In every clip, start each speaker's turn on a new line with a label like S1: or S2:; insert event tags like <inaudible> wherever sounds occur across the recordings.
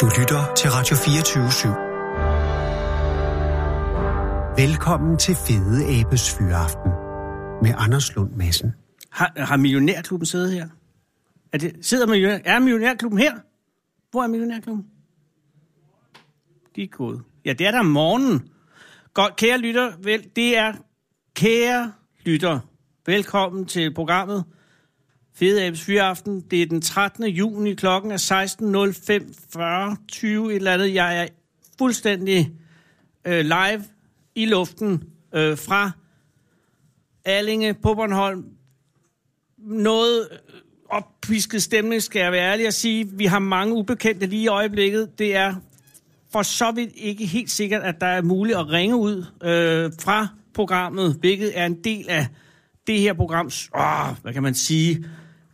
S1: Du lytter til Radio 24 /7. Velkommen til Fede Abes Fyraften med Anders Lund Madsen.
S2: Har, har Millionærklubben siddet her? Er det, sidder millionær, er Millionærklubben her? Hvor er Millionærklubben? De er gået. Ja, det er der om morgenen. Godt, kære lytter, vel, det er kære lytter. Velkommen til programmet Fede Abes Fyraften. Det er den 13. juni, klokken er 16.05.40, et eller andet. Jeg er fuldstændig øh, live i luften øh, fra Allinge på Bornholm. Noget oppisket stemning, skal jeg være ærlig at sige. Vi har mange ubekendte lige i øjeblikket. Det er for så vidt ikke helt sikkert, at der er muligt at ringe ud øh, fra programmet, hvilket er en del af det her programs, åh, hvad kan man sige,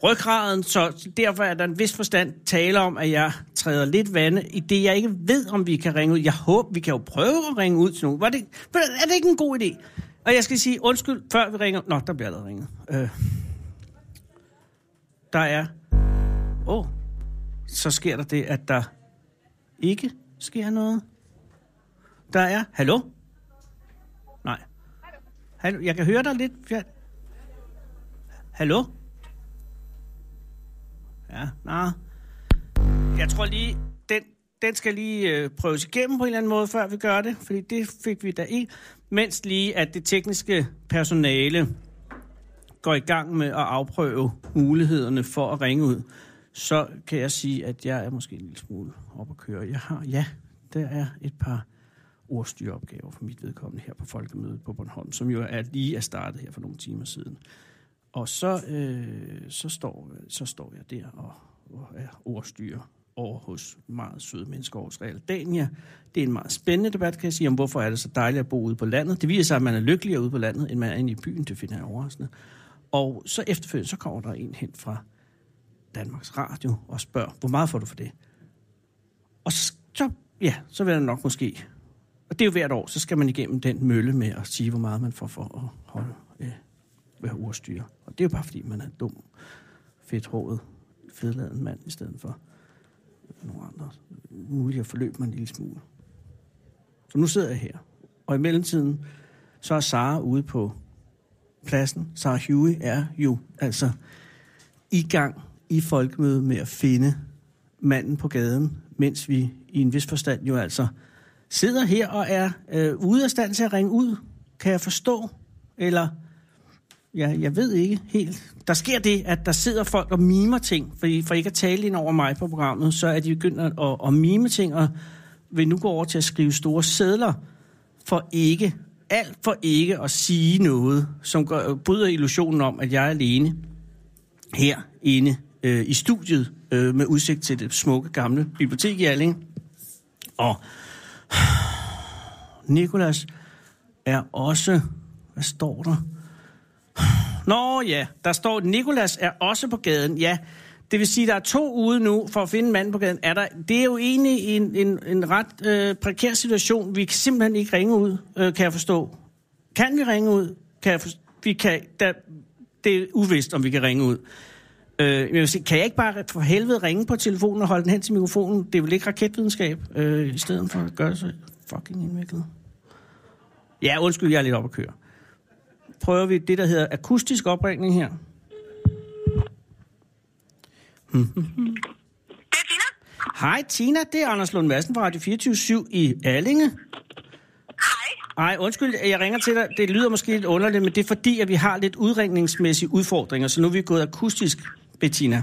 S2: ryggraden. Så derfor er der en vis forstand tale om, at jeg træder lidt vande i det, jeg ikke ved, om vi kan ringe ud. Jeg håber, vi kan jo prøve at ringe ud til nogen. Var det, er det ikke en god idé? Og jeg skal sige undskyld, før vi ringer. Nå, der bliver allerede ringet. Øh. Der er... Åh, oh. så sker der det, at der ikke sker noget. Der er... Hallo? Nej. Hallo, jeg kan høre dig lidt. Jeg... Hallo? Ja, nej. Jeg tror lige, den, den skal lige øh, prøves igennem på en eller anden måde, før vi gør det. Fordi det fik vi da ikke. Mens lige, at det tekniske personale går i gang med at afprøve mulighederne for at ringe ud, så kan jeg sige, at jeg er måske en lille smule op at køre. Jeg har, ja, der er et par ordstyreopgaver for mit vedkommende her på Folkemødet på Bornholm, som jo er lige er startet her for nogle timer siden. Og så, øh, så, står, så står jeg der og, og er ordstyrer over hos meget søde mennesker over Realdania. Det er en meget spændende debat, kan jeg sige, om hvorfor er det så dejligt at bo ude på landet. Det viser sig, at man er lykkeligere ude på landet, end man er inde i byen. Det finder jeg overraskende. Og så efterfølgende, så kommer der en hen fra Danmarks Radio og spørger, hvor meget får du for det? Og så, ja, så vil der nok måske... Og det er jo hvert år, så skal man igennem den mølle med at sige, hvor meget man får for at holde øh, være ordstyre. Og det er jo bare, fordi man er dum, fedthåret, fedladen mand i stedet for nogle andre mulige forløb mig en lille smule. Så nu sidder jeg her. Og i mellemtiden, så er Sara ude på pladsen. Sara Huey er jo altså i gang i folkemødet med at finde manden på gaden, mens vi i en vis forstand jo altså sidder her og er øh, ude af stand til at ringe ud. Kan jeg forstå? Eller Ja, jeg ved ikke helt. Der sker det, at der sidder folk og mimer ting, fordi for ikke at tale ind over mig på programmet, så er de begyndt at, at, at mime ting og vil nu gå over til at skrive store sædler for ikke, alt for ikke at sige noget, som gør, bryder illusionen om, at jeg er alene herinde øh, i studiet øh, med udsigt til det smukke gamle bibliotek i Alling. Og <sighs> Nikolas er også, hvad står der? Nå ja, der står, at Nikolas er også på gaden. Ja, det vil sige, at der er to ude nu for at finde manden på gaden. Er der, det er jo egentlig en, en, en ret øh, prekær situation. Vi kan simpelthen ikke ringe ud, øh, kan jeg forstå. Kan vi ringe ud? Kan jeg forstå? Vi kan, der, det er uvist, om vi kan ringe ud. Øh, men jeg vil sige, kan jeg ikke bare for helvede ringe på telefonen og holde den hen til mikrofonen? Det er vel ikke raketvidenskab, øh, i stedet for at gøre det så fucking indviklet. Ja, undskyld, jeg er lidt op at køre prøver vi det, der hedder akustisk opringning her. Hmm.
S3: Det er Tina.
S2: Hej Tina, det er Anders Lund Madsen fra Radio 24 i Allinge.
S3: Hej.
S2: Ej, undskyld, jeg ringer til dig. Det lyder måske lidt underligt, men det er fordi, at vi har lidt udringningsmæssige udfordringer, så nu er vi gået akustisk, Bettina.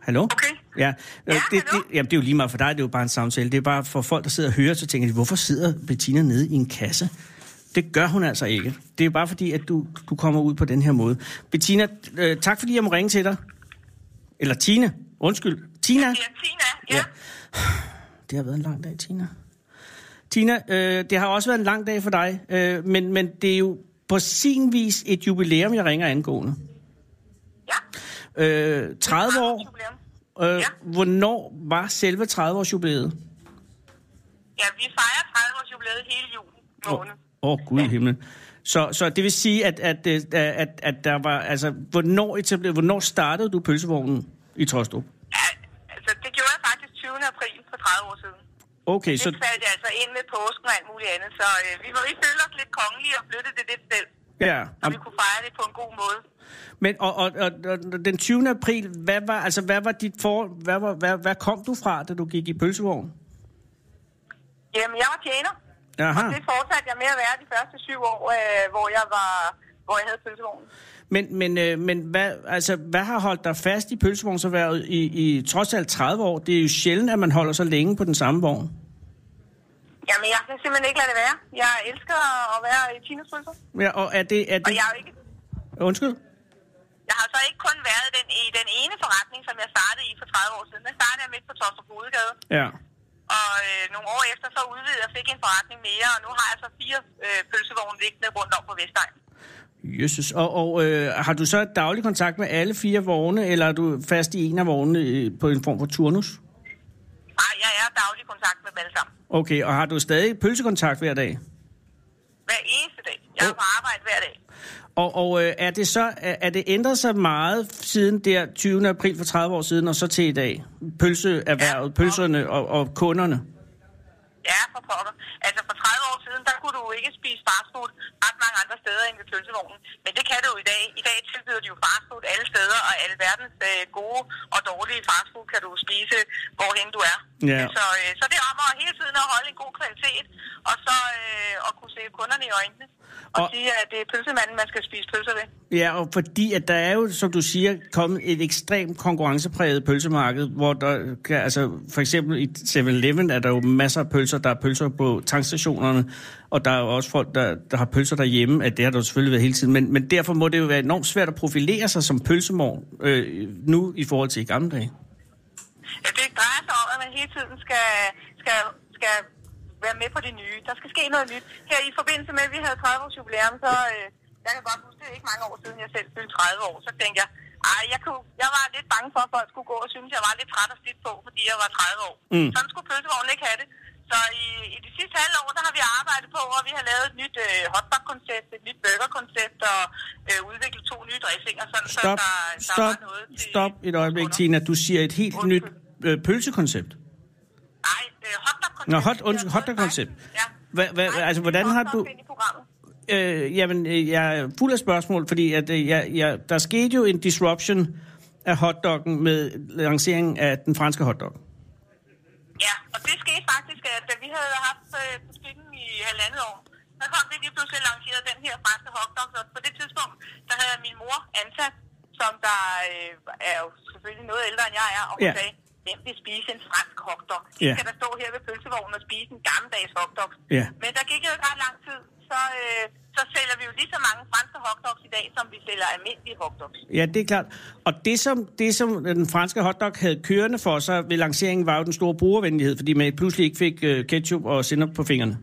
S2: Hallo?
S3: Okay.
S2: Ja, ja det, det,
S3: hallo?
S2: jamen, det er jo lige meget for dig, det er jo bare en samtale. Det er bare for folk, der sidder og hører, så tænker de, hvorfor sidder Bettina nede i en kasse? Det gør hun altså ikke. Det er bare fordi, at du, du kommer ud på den her måde. Bettina, øh, tak fordi jeg må ringe til dig. Eller Tina. Undskyld. Tina.
S3: Ja, Tina. Ja. ja.
S2: Det har været en lang dag, Tina. Tina, øh, det har også været en lang dag for dig, øh, men, men det er jo på sin vis et jubilæum, jeg ringer angående.
S3: ja.
S2: Øh, 30
S3: Ingen
S2: år.
S3: problem.
S2: Øh, hvornår var selve 30-års jubilæet?
S3: Ja, vi fejrer 30 års jubilæet hele julen måned.
S2: Åh, oh, gud i himlen. Så, så det vil sige, at, at, øh, at, at der var, altså, hvornår, etablerede, hvornår startede du pølsevognen i Trostrup?
S3: Ja, altså, det gjorde jeg faktisk 20.
S2: Okay,
S3: Så...
S2: så...
S3: Det faldt altså ind med påsken og alt muligt andet, så øh, vi, må- vi følte os lidt kongelige og flyttede det lidt selv,
S2: Ja,
S3: så vi kunne fejre det på en god måde.
S2: men og, og, og, og den 20. april, hvad var, altså, hvad var dit for... Hvad, var, hvad, hvad kom du fra, da du gik i pølsevogn?
S3: Jamen, jeg var tjener.
S2: Aha.
S3: Det fortsatte jeg med at være de første syv år, øh, hvor jeg var hvor jeg havde pølsevognen.
S2: Men, men, øh, men hvad, altså, hvad har holdt dig fast i pølsevognserhvervet i, i trods alt 30 år? Det er jo sjældent, at man holder så længe på den samme vogn.
S3: Jamen, jeg kan simpelthen ikke lade det være. Jeg elsker at være i teenagepølser.
S2: Ja, og er det... Er
S3: Og
S2: det
S3: jeg, er jo ikke,
S2: Undskyld?
S3: jeg har så ikke kun været i den, i den ene forretning, som jeg startede i for 30 år siden. Der startede jeg midt på Tostrup Hovedgade.
S2: Ja.
S3: Og øh, nogle år efter så udvidede jeg fik en forretning mere, og nu har jeg så fire øh, pølsevogne liggende rundt om på Vestegn.
S2: Jesus. Og, og øh, har du så daglig kontakt med alle fire vogne, eller er du fast i en af vognene øh, på en form for turnus?
S3: Nej, jeg er daglig i kontakt med dem alle sammen.
S2: Okay, og har du stadig pølsekontakt hver dag?
S3: Hver eneste dag. Jeg er på arbejde hver dag.
S2: Og, og øh, er det så er, er det ændret sig meget siden der 20. april for 30 år siden og så til i dag? Pølseerhvervet,
S3: Ja.
S2: pølserne og, og kunderne?
S3: Ja, for pokker. Altså for 30 år siden, der kunne du jo ikke spise fastfood ret mange andre steder end ved pølsevognen. Men det kan du i dag. I dag tilbyder de jo fastfood alle steder, og alle verdens øh, gode og dårlige fastfood kan du spise, hvorhen du er.
S2: Ja.
S3: Så, øh, så det er om at hele tiden at holde en god kvalitet, og så øh, at kunne se kunderne i øjnene. Og, og
S2: Og-
S3: sige, at det er pølsemanden, man skal spise pølser ved.
S2: Ja, og fordi at der er jo, som du siger, kommet et ekstremt konkurrencepræget pølsemarked, hvor der kan, altså for eksempel i 7-Eleven er der jo masser af pølser, der er pølser på tankstationerne, og der er jo også folk, der, der har pølser derhjemme, at det har der jo selvfølgelig været hele tiden, men, men derfor må det jo være enormt svært at profilere sig som pølsemor øh, nu i forhold til i gamle dage.
S3: Ja, det drejer sig om, at man hele tiden skal, skal, skal være med på det nye. Der skal ske noget nyt. Her i forbindelse med, at vi havde 30 års jubilæum, så øh, jeg kan godt huske, det er ikke mange år siden, jeg selv fyldte 30 år, så tænkte jeg, ej, jeg, kunne, jeg var lidt bange for, at folk skulle gå og synes, jeg var lidt træt og slidt på, fordi jeg var 30 år.
S2: Mm.
S3: Mm. Sådan skulle pølsevognen ikke have det. Så i, i de sidste halve år, der har vi arbejdet på, og vi har lavet et nyt øh, hotdog-koncept, et nyt burger-koncept, og øh, udviklet to nye dressinger, sådan,
S2: Stop,
S3: så der, der
S2: stop,
S3: var noget til...
S2: stop et øjeblik,
S3: kunder.
S2: Tina. Du siger et helt nyt øh, pølsekoncept.
S3: Nej, øh, hotdog-koncept.
S2: Nå, hot, undskyld, hotdog-koncept.
S3: Ja.
S2: Hvad, hvad,
S3: Nej,
S2: altså,
S3: det er
S2: hvordan har
S3: hotdog
S2: du...
S3: ind i programmet.
S2: Øh, jamen, øh, jeg er fuld af spørgsmål, fordi at, øh, jeg, jeg, der skete jo en disruption af hotdoggen med lanceringen af den franske hotdog.
S3: Ja, og det skete faktisk, at da vi havde haft øh, butikken i halvandet år, så kom det lige pludselig lanceret den her franske hotdog. Og på det tidspunkt, der havde jeg min mor ansat, som der øh, er jo selvfølgelig noget ældre end jeg er, og hun
S2: Ja.
S3: ja. sagde, hvem vil spise en fransk hotdog? De
S2: Ja.
S3: ja. skal da stå her ved pølsevognen og spise en gammeldags hotdog.
S2: Ja.
S3: Men der gik jo ikke ret lang tid, så, øh, så sælger vi jo lige så mange franske hotdogs i dag, som vi sælger almindelige hotdogs.
S2: Ja, det er klart. Og det som, det, som den franske hotdog havde kørende for sig ved lanceringen, var jo den store brugervenlighed, fordi man pludselig ikke fik øh, ketchup og sennep på fingrene.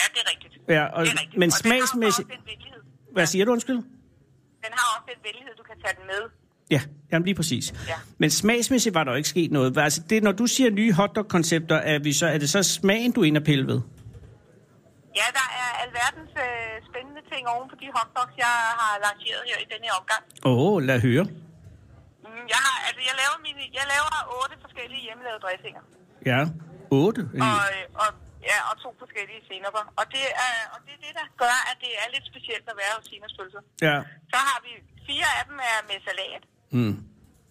S3: Ja, det er rigtigt.
S2: Ja, og-
S3: det er rigtigt.
S2: men
S3: og den har jo så
S2: smagsmæssigt-
S3: også en venlighed.
S2: Hvad siger du, undskyld?
S3: Den har også den venlighed, du kan tage den med.
S2: Ja, jamen lige præcis.
S3: Ja.
S2: Men smagsmæssigt var der jo ikke sket noget. Hvad- Altså, det, når du siger nye hotdog-koncepter, er, vi så, er det så smagen, du er inde og pille ved?
S3: Ja, der er alverdens øh, spændende ting oven på de hotdogs, jeg har lanceret her i denne her omgang.
S2: Åh, oh, lad høre.
S3: Mm, jeg, har, altså, jeg, laver mine, jeg laver otte forskellige hjemmelavede dressinger.
S2: Ja, otte.
S3: Og, øh, og, ja, og to forskellige senapper. Og det, er, og det er det, der gør, at det er lidt specielt at være hos Sinas pølser.
S2: Ja.
S3: Så har vi fire af dem er med salat.
S2: Mm.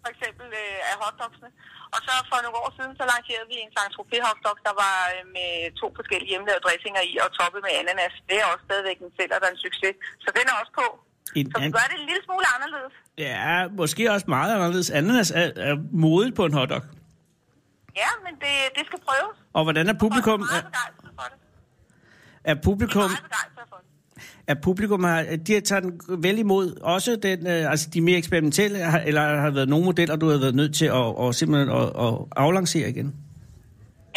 S3: for eksempel øh, af hotdogsene. Og så for nogle år siden, så lancerede vi en Sankt Tropez hotdog, der var øh, med to forskellige hjemmelavede dressinger i og toppet med ananas. Det er også stadigvæk en sælger, der er en succes. Så den er også på.
S2: En
S3: Så vi
S2: an-
S3: gør det en lille smule anderledes.
S2: Ja, måske også meget anderledes. Ananas er, er modet på en hotdog.
S3: Ja, men det, det skal prøves.
S2: Og hvordan er publikum...
S3: Folk er meget
S2: Er,
S3: begejstret for
S2: er
S3: det. De er
S2: publikum,
S3: meget begejstret for det.
S2: er publikum har, de har taget den vel imod også den, øh, altså de mere eksperimentelle, har- eller har der været nogle modeller, du har været nødt til at, og simpelthen at, at aflancere igen?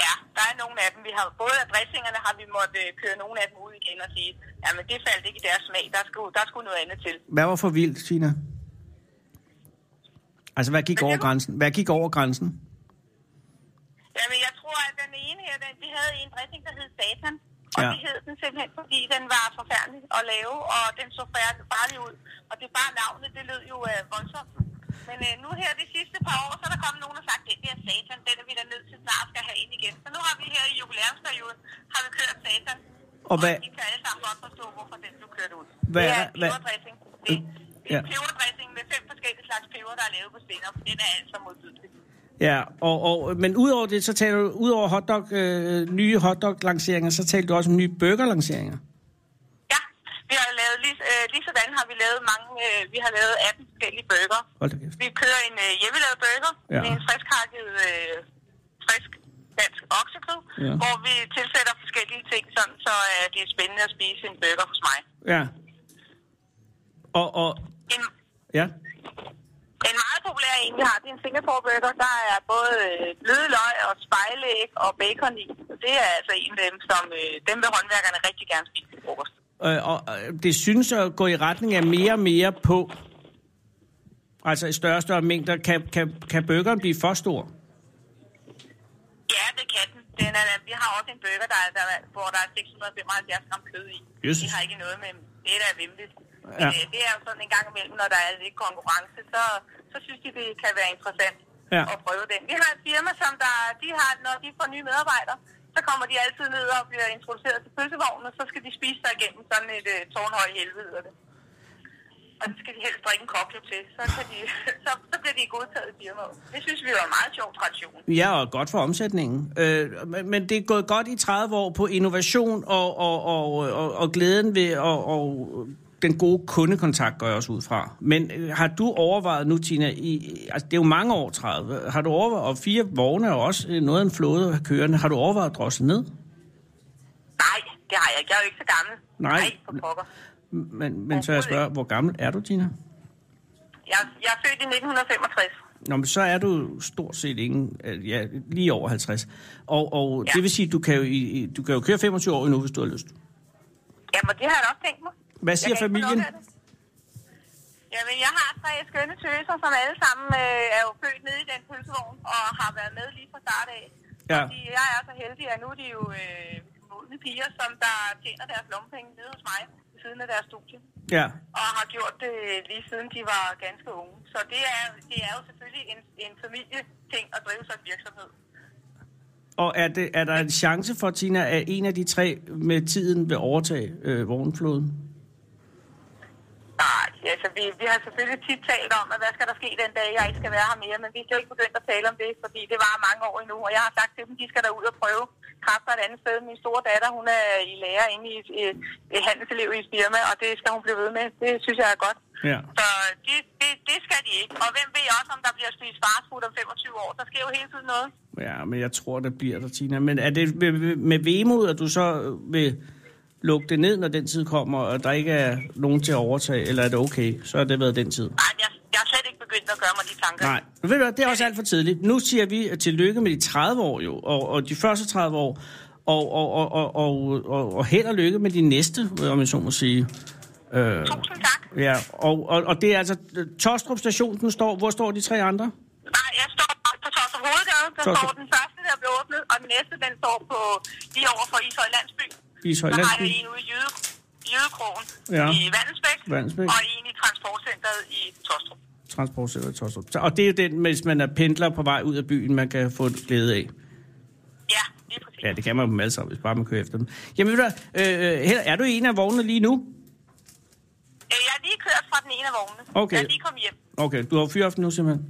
S3: Ja, der er nogle af dem. Vi har både af dressingerne har vi måttet øh, køre nogle af dem ud igen og sige, jamen det faldt ikke i deres smag. Der skulle, der skulle noget andet til.
S2: Hvad var for vildt, Tina? Altså, hvad gik
S3: Hvad
S2: over
S3: siger du?
S2: grænsen? Hvad gik over grænsen?
S3: Jamen, jeg tror, at den ene her, den, vi havde en dressing, der hed Satan. Og
S2: Ja.
S3: ja. det hed den simpelthen, fordi den var forfærdelig at lave, og den så færd- farlig ud. Og det er bare navnet, det lød jo øh, voldsomt. Men øh, nu her det sidste par år, så er der kommet nogen, der har sagt, den der satan, den er vi da nødt til snart skal have ind igen. Så nu har vi her i jubilæumsperioden, har vi kørt satan.
S2: Og hvad-
S3: de kan alle sammen godt forstå, hvorfor den blev kørt ud.
S2: Hvad
S3: det er
S2: er-
S3: en
S2: hvad-
S3: peberdressing. Det, det er
S2: Ja.
S3: en peberdressing med fem forskellige slags peber, der er lavet på stener, for den er altså modbydelig.
S2: Ja, og, og, men udover det, så taler du, udover hotdog, øh, nye hotdog-lanceringer, så taler du også om nye burger-lanceringer.
S3: Ja, vi har lavet, lige, øh, lige sådan har vi lavet mange, øh, vi har lavet 18 forskellige bøger.
S2: Hold da kæft.
S3: Vi kører en øh, hjemmelavet burger
S2: Ja.
S3: ja. med en friskhakket, øh, frisk dansk oksekød,
S2: Ja.
S3: ja. hvor vi tilsætter forskellige ting, sådan, så øh, det er spændende at spise en burger hos mig.
S2: Ja. Og, og,
S3: En,
S2: ja.
S3: en meget populær en, vi har, det er en Singapore burger. Der er både øh, bløde løg og spejlæg og bacon i. Så Det er altså en af dem, som øh, dem vil håndværkerne rigtig gerne spise til frokost.
S2: Øh, og øh, det synes at gå i retning af mere og mere på. Altså i større og større mængder. Kan, kan, kan burgeren blive for stor?
S3: Ja, det kan den. den er, vi har også en burger, der, er- der, er- hvor der er 675 gram kød i.
S2: Jesus.
S3: Det har ikke noget med... Det er da vimligt.
S2: Ja.
S3: Ja. Men, øh, det er jo sådan en gang imellem, når der er lidt konkurrence, så, så synes de, det kan være interessant
S2: Ja.
S3: ja. at prøve den. Vi har et firma, som der, de har, når de får nye medarbejdere, så kommer de altid ned og bliver introduceret til pølsevognen, og så skal de spise sig igennem sådan et uh, tårnhøj helvede. Og det. Og så skal de helst drikke en kokkel til, så, kan de, <laughs> så, så bliver de godtaget i firmaet. Det synes vi var en meget sjov tradition.
S2: Ja, og godt for omsætningen. Øh, men, men det er gået godt i 30 år på innovation og, og, og, og, og glæden ved og, og den gode kundekontakt går jeg også ud fra. Men øh, har du overvejet nu, Tina, i, altså det er jo mange år 30, har du overvejet, og fire vogne er jo også øh, noget af en flåde af kørende, har du overvejet at drosle ned?
S3: Nej, det har jeg ikke. Jeg er jo ikke så gammel.
S2: Nej.
S3: Nej for pokker.
S2: Men, men så jeg spørger, hvor gammel er du, Tina?
S3: Jeg, jeg er født i 1965.
S2: Nå, men så er du stort set ingen, øh, ja, lige over 50. Og, og ja.
S3: Ja.
S2: det vil sige, du kan jo, i- i- du kan jo køre 25 år endnu, hvis du har lyst.
S3: Jamen, det har jeg da også tænkt mig.
S2: Hvad
S3: Jeg
S2: siger
S3: kan ikke få
S2: familien?
S3: lov til det. Jamen, jeg har tre skønne tøser, som alle sammen øh, er jo født nede i den pølsevogn og har været med lige fra start af.
S2: Ja.
S3: Fordi jeg er så heldig, at nu er de jo øh, modne piger, som der tjener deres lommepenge nede hos mig ved siden af deres studie.
S2: Ja,
S3: og har gjort det øh, lige siden de var ganske unge. Så det er, det er jo selvfølgelig en, en familieting at drive sådan en virksomhed.
S2: Og er, det, er der en chance for, Tina, at en af de tre med tiden vil overtage øh, vognfloden?
S3: Nej, altså vi, vi har selvfølgelig tit talt om, at hvad skal der ske den dag, jeg ikke skal være her mere, men vi er slet ikke begyndt at tale om det, fordi det var mange år endnu, og jeg har sagt til dem, de skal derud og prøve kræfter et andet sted. Min store datter, hun er i lærer inde i et, et, et handelselev i et firma, og det skal hun blive ved med. Det synes jeg er godt.
S2: Ja.
S3: Så det, det, det skal de ikke. Og hvem ved også, om der bliver spist fastfood om 25 år? Der sker jo hele tiden noget.
S2: Ja, men jeg tror, det bliver der, Tina. Men er det med, med vemod, at du så øh, vil lukke det ned, når den tid kommer, og der ikke er nogen til at overtage, eller er det okay? Så har det været den tid.
S3: Nej, jeg, jeg er slet ikke begyndt at gøre mig de tanker.
S2: Nej, Men ved du hvad, det er også alt for tidligt. Nu siger vi tillykke med de 30 år jo, og, og de første 30 år, og, og, og, og, og, og, og held og lykke med de næste, om jeg så må sige. Øh,
S3: Tusind tak.
S2: Ja, og, og, og det er altså øh, Tostrup station, den står. Hvor står de tre andre?
S3: Nej, jeg står på Torstrup Hovedgade. Der
S2: Tostrup.
S3: står den første, der blev åbnet, og den næste, den står på lige over for Ishøj Landsby.
S2: Ishøj
S3: Så har
S2: Landsby.
S3: jeg en ude i Jyde, Jydekrogen
S2: Ja.
S3: ja. i Vandensbæk,
S2: Vallensbæk.
S3: og en i Transportcenteret i Torstrup.
S2: Transportcenter i Tostrup. Så- Og det er jo den, hvis man er pendler på vej ud af byen, man kan få glæde af.
S3: Ja, lige præcis.
S2: Ja, det kan man jo dem alle sammen, hvis bare man kører efter dem. Jamen ved du hvad, øh, øh, Hella, er du i en af vognene lige nu?
S3: Øh, Jeg er lige kørt fra den ene af vognene.
S2: Okay.
S3: Jeg er lige kommet hjem.
S2: Okay, du har fyraften nu simpelthen.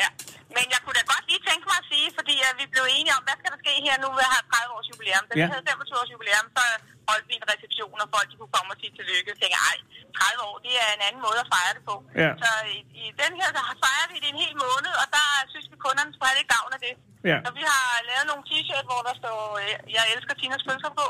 S3: Ja. Men jeg kunne da godt lige tænke mig at sige, fordi øh, vi blev enige om, hvad skal der ske her nu ved at have 30 års jubilæum. Da
S2: Ja.
S3: ja. vi havde 25 års jubilæum, så holdt vi en reception, og folk de kunne komme og sige tillykke. Jeg tænkte, ej, 30 år, det er en anden måde at fejre det på.
S2: Ja.
S3: Så i, i den her, der fejrer vi det en hel måned, og der synes vi, kunderne skulle have lidt gavn af det.
S2: Ja.
S3: Og vi har lavet nogle t-shirt, hvor der står, øh, jeg elsker Tinas pølser på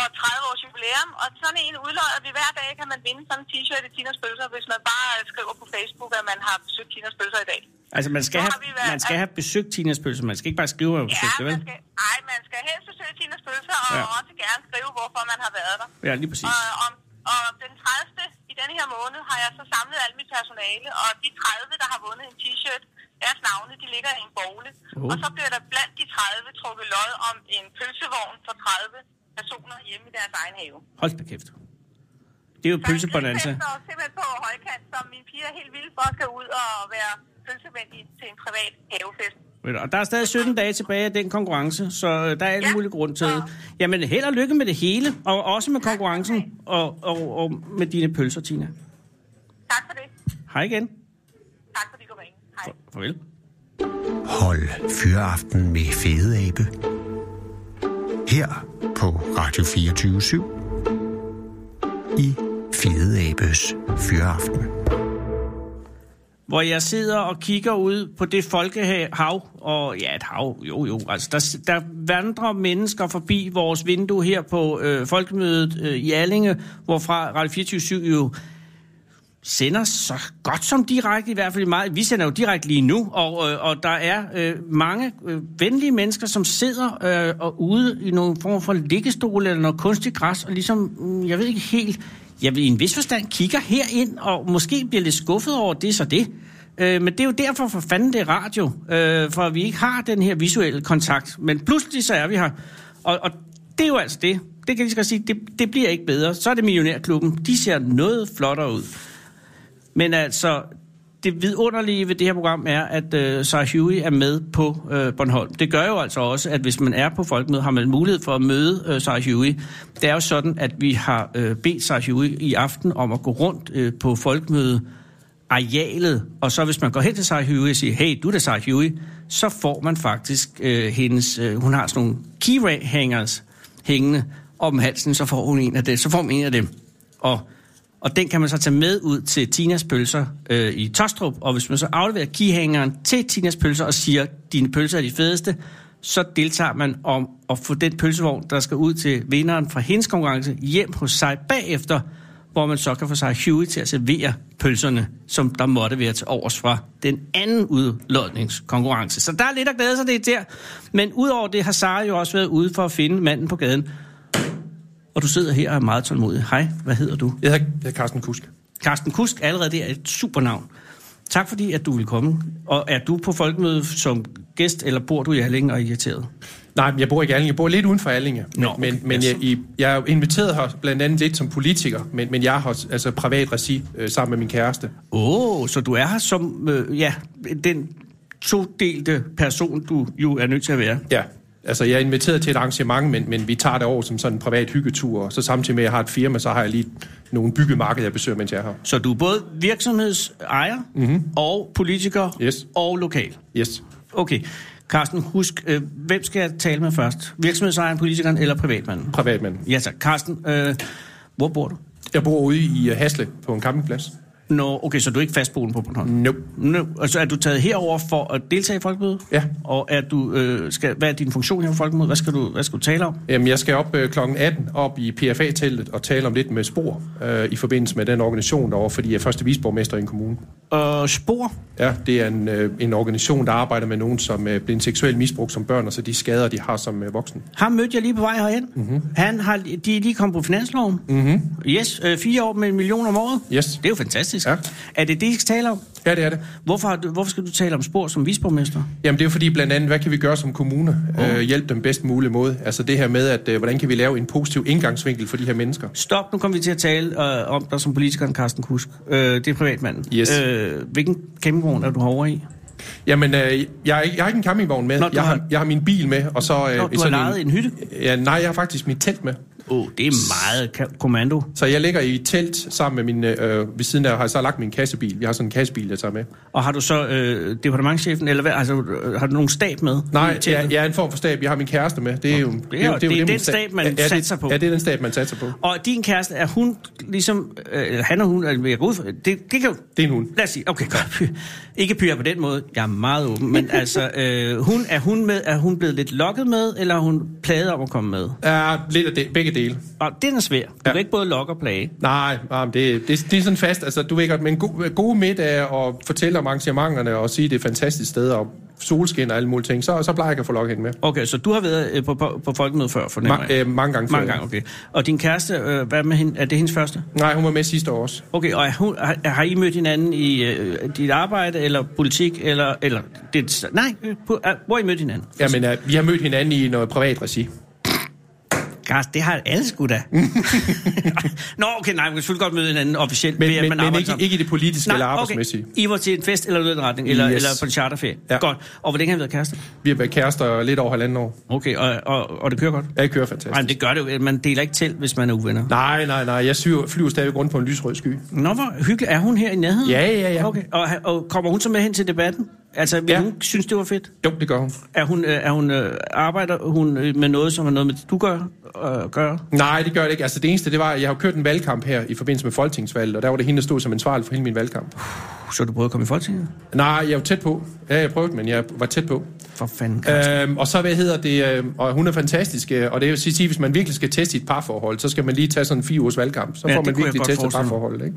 S3: og 30 års jubilæum, og sådan en udløjer vi hver dag, kan man vinde sådan en t-shirt i Tinas Pølser, hvis man bare øh, skriver på Facebook, at man har besøgt Tinas Pølser i dag.
S2: Altså, man skal,
S3: Så
S2: have,
S3: har vi været-
S2: man skal have besøgt Tinas pølse. Man skal ikke bare skrive, at man har besøgt det,
S3: man
S2: vel?
S3: skal, ej, man skal helst besøge Tinas Pølser, og
S2: Ja.
S3: ja. også gerne skrive, hvorfor man har været der.
S2: Ja, lige præcis.
S3: Og, om, og den 30. i denne her måned har jeg så samlet alt mit personale, og de 30, der har vundet en t-shirt, deres navne, de ligger i en bogle.
S2: Oh.
S3: Og så bliver der blandt de 30 trukket lod om en pølsevogn for 30 personer hjemme i deres egen have.
S2: Hold da kæft. Det er jo
S3: Så
S2: pølsebonanza.
S3: Jeg står simpelthen på højkant, som mine piger er helt vildt for at skal ud og være pølsemænd i- til en privat havefest.
S2: Ved du, Og der er stadig 17 dage tilbage af den konkurrence, så øh, der er alle
S3: Ja.
S2: mulige grund til det.
S3: Ja.
S2: Jamen, held og lykke med det hele, og også med konkurrencen, og, og, og med dine pølser, Tina.
S3: Tak for det.
S2: Hej igen.
S3: Tak fordi du ringede. Hej.
S2: Farvel.
S1: Hold Fyraften med Fede Abe. Her på Radio 24 i Fede Abes Fyraften.
S2: hvor jeg sidder og kigger ud på det folkehav, og ja, et hav, jo jo, altså der, der vandrer mennesker forbi vores vindue her på øh, folkemødet øh, i Allinge, hvorfra Radio 24 jo sender så godt som direkte, i hvert fald meget. Vi sender jo direkte lige nu, og, øh, og der er øh, mange øh, venlige mennesker, som sidder øh, og ude i nogle form for liggestole eller noget kunstigt græs, og ligesom, mm, jeg ved ikke helt, jeg vil i en vis forstand kigger herind, og måske bliver lidt skuffet over det, så det. Øh, men det er jo derfor for fanden det er radio, øh, for vi ikke har den her visuelle kontakt. Men pludselig så er vi her, og, og det er jo altså det. Det kan jeg lige så godt sige, det, det bliver ikke bedre. Så er det Millionærklubben. De ser noget flottere ud. Men altså, det vidunderlige ved det her program er, at øh, Sarah Huey er med på øh, Bornholm. Det gør jo altså også, at hvis man er på Folkemødet, har man mulighed for at møde øh, Sarah Huey. Det er jo sådan, at vi har øh, bedt Sarah Huey i aften om at gå rundt øh, på Folkemødet arealet, og så hvis man går hen til Sarah Huey og siger, hey, du er da Sarah Huey, så får man faktisk øh, hendes, øh, hun har sådan nogle key hangers hængende om halsen, så får hun en af dem, så får man en af dem. Og og den kan man så tage med ud til Tinas pølser øh, i Tostrup. Og hvis man så afleverer keyhængeren til Tinas pølser og siger, dine pølser er de fedeste, så deltager man om at få den pølsevogn, der skal ud til vinderen fra hendes konkurrence, hjem hos sig bagefter, hvor man så kan få sig Huey til at servere pølserne, som der måtte være til overs fra den anden udlodningskonkurrence. Så der er lidt at glæde sig det der. Men udover det har Sara jo også været ude for at finde manden på gaden. Og du sidder her og er meget tålmodig. Hej, hvad hedder du?
S4: Jeg hedder, jeg hedder Carsten Kusk.
S2: Carsten Kusk, allerede det er et supernavn. Tak fordi, at du vil komme. Og er du på folkemødet som gæst, eller bor du i Alling og er irriteret?
S4: Nej, men jeg bor ikke i Allinge. Jeg bor lidt uden for Allinge.
S2: Nå, okay.
S4: Men, men
S2: Yes.
S4: jeg, i, jeg er jo inviteret her blandt andet lidt som politiker, men, men jeg er her altså privat regi øh, sammen med min kæreste.
S2: Åh, oh, så du er her som, øh, ja, den todelte person, du jo er nødt til at være.
S4: Ja, altså jeg er inviteret til et arrangement, men, men vi tager det over som sådan en privat hyggetur, og så samtidig med, at jeg har et firma, så har jeg lige nogle byggemarkeder, jeg besøger, mens jeg er her.
S2: Så du er både virksomhedsejer, mm-hmm. og politiker,
S4: Yes.
S2: og lokal.
S4: Yes.
S2: Okay, Carsten, husk, øh, hvem skal jeg tale med først? Virksomhedsejeren, politikeren eller privatmanden?
S4: Privatmand.
S2: Ja tak. Carsten, øh, hvor bor du?
S4: Jeg bor ude i øh, Hasle på en campingplads.
S2: Nå, okay, så du er ikke fastboende på Bornholm?
S4: Nope.
S2: Nu, altså er du taget herover for at deltage i folkemødet?
S4: Ja.
S2: Og er du, øh, skal, hvad er din funktion her på folkemødet? Hvad skal du, hvad skal du tale om?
S4: Jamen, jeg skal op øh, kl. 18 op i PFA-teltet og tale om lidt med spor øh, i forbindelse med den organisation derovre, fordi jeg er første visborgmester i en kommune.
S2: Og spor?
S4: Ja, det er en, øh, en organisation, der arbejder med nogen, som øh, bliver en seksuel misbrug som børn, og så de skader, de har som øh, voksne.
S2: Ham mødte jeg lige på vej herhen.
S4: Mhm.
S2: Mm-hmm. Han har, de er lige kommet på finansloven. Mm-hmm. Yes, øh, fire år med en million om året.
S4: Yes.
S2: Det er jo fantastisk.
S4: Ja.
S2: Er det det, I skal tale om?
S4: Ja, det er det.
S2: Hvorfor, har du, hvorfor skal du tale om spor som visborgmester?
S4: Jamen, det er jo fordi blandt andet, hvad kan vi gøre som kommune? Oh. Øh, hjælpe dem bedst mulig måde. Altså det her med, at øh, hvordan kan vi lave en positiv indgangsvinkel for de her mennesker?
S2: Stop, nu kommer vi til at tale øh, om dig som politikeren, Carsten Kusk. Øh, det er privatmanden.
S4: Yes.
S2: Øh, hvilken campingvogn er du herovre i?
S4: Jamen, øh, jeg, har ikke- jeg har ikke en campingvogn med.
S2: Nå,
S4: Nå,
S2: du
S4: jeg, har,
S2: har-
S4: jeg har min bil med, og så... Øh,
S2: Nå, du har lejet en hytte?
S4: Ja, nej, jeg har faktisk mit telt med.
S2: Åh, oh, det er meget ka- kommando.
S4: Så jeg ligger i et telt sammen med min... Øh, ved siden af har jeg så lagt min kassebil. Jeg har sådan en kassebil, jeg tager med.
S2: Og har du så øh, departementchefen, eller hvad, altså, øh, har du nogen stab med?
S4: Nej,
S2: I teltet?
S4: jeg, jeg er en form for stab. Jeg har min kæreste med. Det er jo det, er,
S2: jo-
S4: jo-
S2: det er
S4: jo
S2: den
S4: min
S2: stab, man
S4: Ja, det-
S2: satser på.
S4: Ja, det er den stab, man satser på.
S2: Og din kæreste, er hun ligesom, øh, eller han og hun, er jeg går ud fra, det, det kan jo...
S4: Det er en hund.
S2: Lad os sige, okay, godt. <laughs> Ikke pyre på den måde, jeg er meget åben,
S4: <laughs>
S2: men altså, øh, hun, er, hun med, er hun blevet lidt lokket med, eller er hun plaget om at komme med?
S4: Ja, lidt af det, begge dele.
S2: Og det er svær. Du ja.
S4: Ja.
S2: kan ikke både lokke og plage.
S4: Nej, nej men det, det, det er sådan fast. Altså, du ved godt, men go, gode middag og fortælle om arrangementerne og sige, det er et fantastisk sted og solskin og alle mulige ting, så, så plejer jeg at få lukket hende med.
S2: Okay, så du har været øh, på, på, på folkemødet før, fornemmer
S4: Ma-
S2: jeg.
S4: øh, mange gange før.
S2: Mange gange, okay. Og din kæreste, øh, hvad med hende? Er det hendes første?
S4: Nej, hun var med sidste år også.
S2: Okay, og er hun, har, har I mødt hinanden i øh, dit arbejde, eller politik, eller... eller det, øh, nej, øh, på, er, hvor har I mødt hinanden?
S4: Jamen, øh, vi har mødt hinanden i noget privat regi.
S2: podcast, det har alle sgu
S4: <laughs>
S2: da. Nå, okay, nej, man kan selvfølgelig godt møde hinanden officielt.
S4: Men,
S2: ved, at
S4: men,
S2: man
S4: men
S2: arbejder
S4: ikke,
S2: sammen.
S4: ikke i det politiske nej, eller
S2: okay.
S4: arbejdsmæssige. Okay.
S2: I var til en fest eller noget i den retning, eller,
S4: Yes.
S2: yes. eller på en charterferie.
S4: Ja.
S2: Ja. Godt. Og hvordan kan I have været kærester?
S4: Vi har været kærester lidt over halvanden år.
S2: Okay, og, og, og det kører godt?
S4: Ja, det kører fantastisk.
S2: Nej, men det gør det jo. Man deler ikke til, hvis man er uvenner.
S4: Nej, nej, nej. Jeg syr, flyver stadigvæk rundt på en lysrød sky.
S2: Nå, hvor hyggeligt. Er hun her i nærheden?
S4: Ja, ja, ja.
S2: Okay, og, og kommer hun så med hen til debatten? Altså, vil
S4: Ja.
S2: ja. hun synes, det var fedt?
S4: Jo, det gør hun.
S2: Er hun, øh, er hun, øh, arbejder hun øh, med noget, som er noget med, det, du gør? Øh, gør?
S4: Nej, det gør det ikke. Altså det eneste, det var, at jeg har jo kørt en valgkamp her i forbindelse med folketingsvalget, og der var det hende, der stod som ansvarlig for hele min valgkamp.
S2: Så du prøvede at komme i Folketinget?
S4: Nej, jeg var tæt på. Ja, jeg prøvede, men jeg var tæt på.
S2: For fanden, Karsten.
S4: Øhm, og så, hvad hedder det, øh, og hun er fantastisk, øh, og det vil sige, hvis man virkelig skal teste sit parforhold, så skal man lige tage sådan en fire ugers valgkamp. Så
S2: Ja,
S4: ja, får
S2: det
S4: man
S2: kunne jeg
S4: virkelig
S2: godt
S4: testet
S2: forestille mig.
S4: parforholdet, ikke?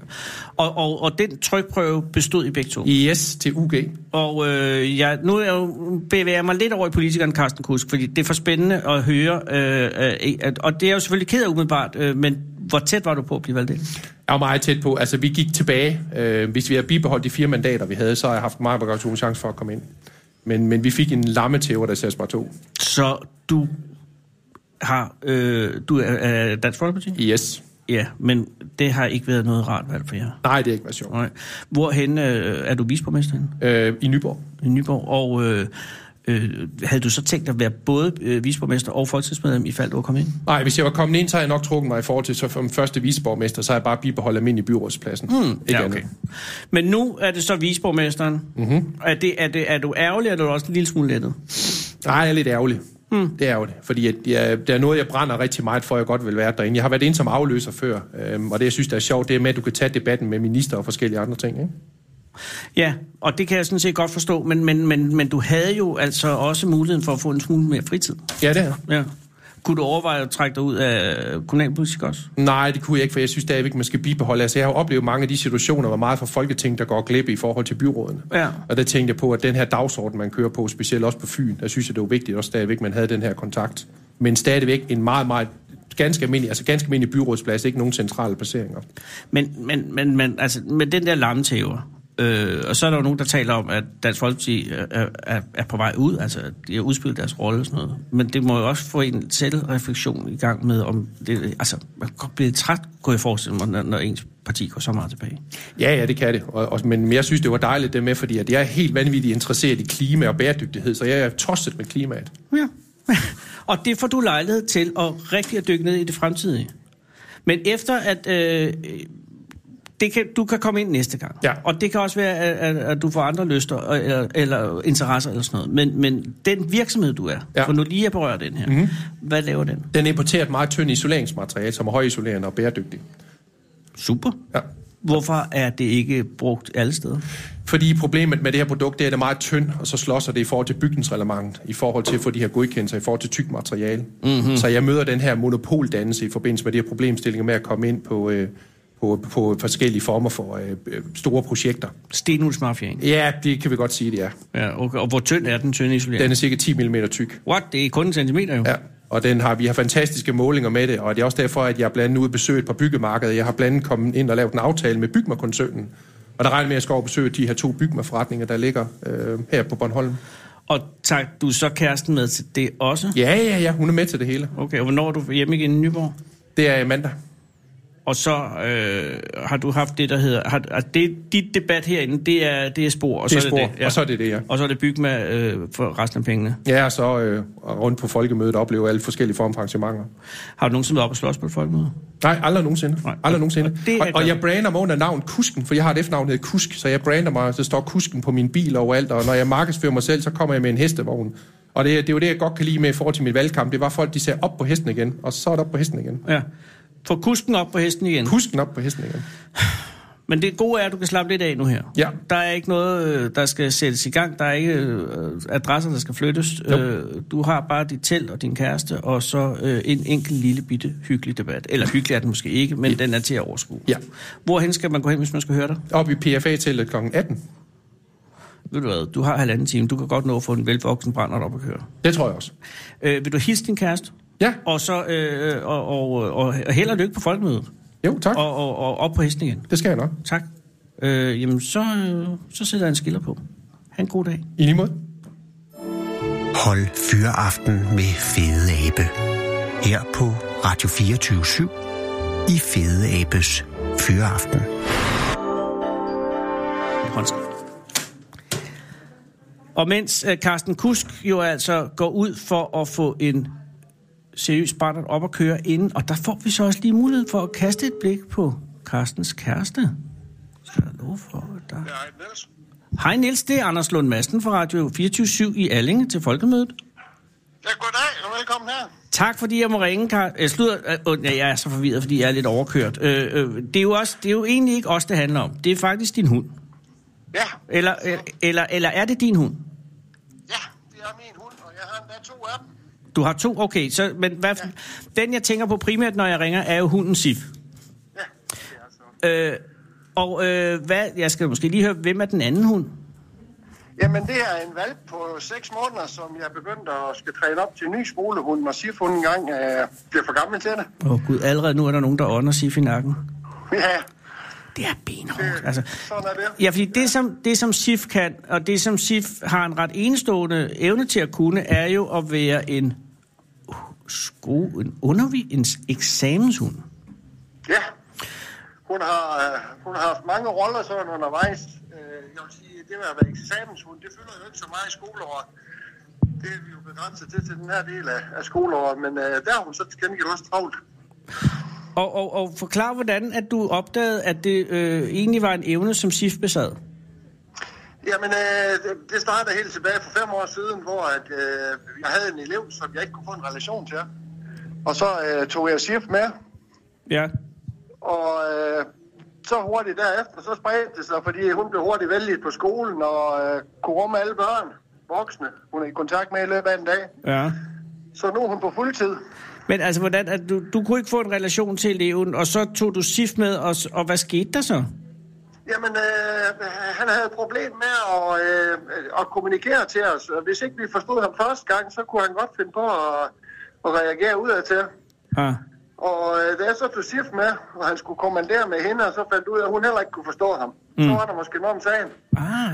S2: Og, og, og den trykprøve bestod i begge to.
S4: Yes til UG.
S2: Og øh, jeg, nu er jeg jo, bevæger jeg mig lidt over i politikeren Carsten Kusk, fordi det er for spændende at høre. Øh, øh, at, og det er jeg jo selvfølgelig ked af umiddelbart, øh, men hvor tæt var du på at blive valgt ind?
S4: Jeg var meget tæt på. Altså, vi gik tilbage. Øh, hvis vi havde bibeholdt de fire mandater, vi havde, så havde jeg haft meget meget god chance for at komme ind. Men, men vi fik en lammetæver, der sagde bare to.
S2: Så du har... Øh, du er øh, Dansk Folkeparti?
S4: Yes.
S2: Ja, men det har ikke været noget rart valg for jer.
S4: Nej, det er ikke været sjovt.
S2: Nej. Hvorhen øh, er du visborgmester henne?
S4: Øh, I Nyborg.
S2: i Nyborg? Og øh, øh, havde du så tænkt at være både øh, visborgmester og folketingsmedlem, i fald du var kommet ind?
S4: Nej, hvis jeg var kommet ind, så havde jeg nok trukket mig i forhold til så som første viceborgmester, så havde jeg bare bibeholdt almindelig byrådspladsen. Hmm,
S2: ja, okay. Men nu er det så visborgmesteren. Mm-hmm. Er, det, er, det, er du ærgerlig, eller er du også en lille smule lettet?
S4: Nej, jeg er lidt ærgerlig. Mm. Det er ærgerligt, fordi at jeg, der er noget, jeg brænder rigtig meget for, jeg godt vil være derinde. Jeg har været inde som afløser før, øhm, og det, jeg synes, der er sjovt, det er med, at du kan tage debatten med minister og forskellige andre ting. Ikke?
S2: Ja, og det kan jeg sådan set godt forstå, men, men, men, men du havde jo altså også muligheden for at få en smule mere fritid.
S4: Ja, det er.
S2: Ja. Kunne du overveje at trække dig ud af kommunalpolitik også?
S4: Nej, det kunne jeg ikke, for jeg synes stadigvæk, man skal bibeholde. Altså, jeg har jo oplevet mange af de situationer, hvor meget fra Folketinget, der går glip i forhold til byrådene.
S2: Ja.
S4: Og der tænkte jeg på, at den her dagsorden, man kører på, specielt også på Fyn, der synes jeg, det var vigtigt også stadigvæk, man havde den her kontakt. Men stadigvæk en meget, meget ganske almindelig, altså ganske almindelig byrådsplads, ikke nogen centrale placeringer.
S2: Men, men, men, men altså, med den der lammetæver, øh, og så er der jo nogen, der taler om, at Dansk Folkeparti er- er, er, er på vej ud, altså at de har udspillet deres rolle og sådan noget. Men det må jo også få en selvreflektion i gang med, om det, altså, man kan godt blive træt, kunne jeg forestille mig, når, når ens parti går så meget tilbage.
S4: Ja, ja, det kan det. Og, og, men jeg synes, det var dejligt det med, fordi at jeg er helt vanvittigt interesseret i klima og bæredygtighed, så jeg er tosset med klimaet.
S2: Ja. <laughs> og det får du lejlighed til at rigtig at dykke ned i det fremtidige. Men efter at... Øh, det kan, du kan komme ind næste gang.
S4: Ja.
S2: Og det kan også være, at, at, at du får andre lyster og- eller, eller interesser eller sådan noget. Men, men den virksomhed, du er,
S4: Ja. Mhm.
S2: ja. for nu lige at berøre den her, mm-hmm. hvad laver den?
S4: Den importerer et meget tyndt isoleringsmateriale, som er højisolerende og bæredygtigt.
S2: Super.
S4: Ja.
S2: Hvorfor er det ikke brugt alle steder?
S4: Fordi problemet med det her produkt, det er, at det er meget tynd, og så slåsser det i forhold til bygningsreglementet, i forhold til at få de her godkendelser, i forhold til tyk materiale. Mm-hmm. Så jeg møder den her monopoldannelse i forbindelse med de her problemstillinger med at komme ind på, øh, på, på forskellige former for øh, øh, store projekter.
S2: Stenhulsmafiaen.
S4: Ja, det kan vi godt sige, det er.
S2: Ja, okay. Og hvor tynd er den tynde isolering?
S4: Den er cirka 10 mm tyk.
S2: What? Det er kun en centimeter jo.
S4: Ja, og den har, vi har fantastiske målinger med det, og det er også derfor, at jeg blandt andet ude at besøge et par byggemarkeder. Jeg har blandt andet kommet ind og lavet en aftale med Bygma-koncernen, og der regner med, at jeg skal over og besøge de her to Bygma-forretninger, der ligger øh, her på Bornholm.
S2: Og tager du så kæresten med til det også?
S4: Ja, ja, ja, hun er med til det hele.
S2: Okay, og hvornår er du hjemme igen i Nyborg?
S4: Det er mandag.
S2: Og så øh, har du haft det, der hedder... Har, altså det, dit debat herinde, det er, det er spor. Og
S4: Det er
S2: så
S4: spor,
S2: er det, det, ja.
S4: og så er det det, ja.
S2: og så er det byg med øh, for resten af pengene.
S4: Ja, og så øh, og rundt på folkemødet oplever alle forskellige former for arrangementer.
S2: Har du nogensinde været op og slås på et folkemøde?
S4: Nej, aldrig nogensinde. Nej.
S2: Nej.
S4: Aldrig nogensinde.
S2: Og det er
S4: Og, og,
S2: godt.
S4: jeg brander mig under navn Kusken, for jeg har et efternavn, der hedder Kusk, så jeg brander mig, så står Kusken på min bil overalt, og når jeg markedsfører mig selv, så kommer jeg med en hestevogn. Og det, det er jo det, jeg godt kan lide med i forhold til min valgkamp. Det var folk, de sagde op på hesten igen, og så er det op på hesten igen.
S2: Ja. Få kusken op på hesten igen.
S4: Kusken op på hesten igen.
S2: Men det gode er, at du kan slappe lidt af nu her.
S4: Ja.
S2: Der er ikke noget, øh, der skal sættes i gang. Der er ikke øh, adresser, der skal flyttes. Øh, du har bare dit telt og din kæreste, og så øh, en enkelt lille bitte hyggelig debat. Eller hyggelig er den måske ikke, men den er til at overskue.
S4: Ja.
S2: Hvorhen skal man gå hen, hvis man skal høre dig?
S4: Op i PFA-teltet kl. 18.
S2: Ved du hvad, du har halvanden time. Du kan godt nå at få en velvoksen brænder op at køre.
S4: Det tror jeg også.
S2: Øh, vil du hilse din kæreste?
S4: Ja,
S2: Og så øh, og, og, og, og held og lykke på folkemødet.
S4: jo, tak.
S2: Og, og, og op på hesten igen.
S4: Det skal jeg nok.
S2: Tak. Øh, jamen, så, øh, så sætter jeg en skiller på. Ha' en god dag.
S4: I lige måde.
S1: Hold fyraften med Fede Abe. Her på Radio 24 i Fede Abes Fyraften.
S2: Håndskrift. Og mens øh, Carsten Kusk jo altså går ud for at få en seriøs brændert op at køre inden, og der får vi så også lige mulighed for at kaste et blik på Carstens kæreste. Skal jeg love for, at der...
S5: Ja, Niels.
S2: Hej Niels, det er Anders Lund Madsen fra Radio 24 i Allinge til Folkemødet.
S5: Ja, goddag og velkommen her.
S2: Tak, fordi jeg må ringe, Kar- jeg, slutter, øh, øh, jeg er så forvirret, fordi jeg er lidt overkørt. Øh, øh, det, er jo også, det er jo egentlig ikke os, det handler om. Det er faktisk din hund.
S5: Ja,
S2: Eller, øh, eller, eller er det din hund?
S5: ja, det er min hund, og jeg har endda to af dem.
S2: Du har to? Okay, så, men hvad, den jeg tænker på primært, når jeg ringer, er jo hunden Sif.
S5: Ja, det er så.
S2: Øh, og øh, hvad, jeg skal måske lige høre, hvem er den anden hund?
S5: Jamen, det er en valp på 6 måneder, som jeg begyndte at skal træne op til en ny skolehund, når Sif hun engang øh, bliver for gammel til det. <laughs>
S2: Åh oh, gud, allerede nu er der nogen, der ånder Sif i nakken.
S5: Ja,
S2: Det er benhårdt.
S5: Det-
S2: Altså,
S5: sådan er det.
S2: Ja, fordi det som, det, som SIF kan, og det, som SIF har en ret enestående evne til at kunne, er jo at være en, uh, sko, en, undervi, en s- eksamenshund.
S5: ja. Hun har, øh, hun har haft mange roller sådan undervejs. Øh, jeg vil sige, det med at være eksamenshund, det fylder jo ikke så meget i skoleåret. Det er vi jo begrænset til til den her del af, af skoleåret, men øh, der har hun så til gengæld også travlt.
S2: Og, og, og forklar, hvordan at du opdagede, at det øh, egentlig var en evne, som SIF besad.
S5: Jamen, øh, det- det startede helt tilbage for fem år siden, hvor at, øh, jeg havde en elev, som jeg ikke kunne få en relation til. Og så øh, tog jeg SIF med,
S2: Ja.
S5: og øh, så hurtigt derefter, så spredte det sig, fordi hun blev hurtigt vældig på skolen og øh, kunne rumme alle børn, voksne, hun er i kontakt med i løbet af en dag.
S2: ja.
S5: Så nu er hun på fuldtid.
S2: Men altså, hvordan, at du, du kunne ikke få en relation til eleven, og så tog du SIF med, og, s- og hvad skete der så?
S5: Jamen, øh, han havde et problem med at, øh, at kommunikere til os. og Hvis ikke vi forstod ham første gang, så kunne han godt finde på at, at reagere udad til.
S2: Ah.
S5: Og øh, da jeg så tog SIF med, og han skulle kommandere med hende, og så fandt ud af, at hun heller ikke kunne forstå ham. Mm. Så var der måske noget om sagen.
S2: ah.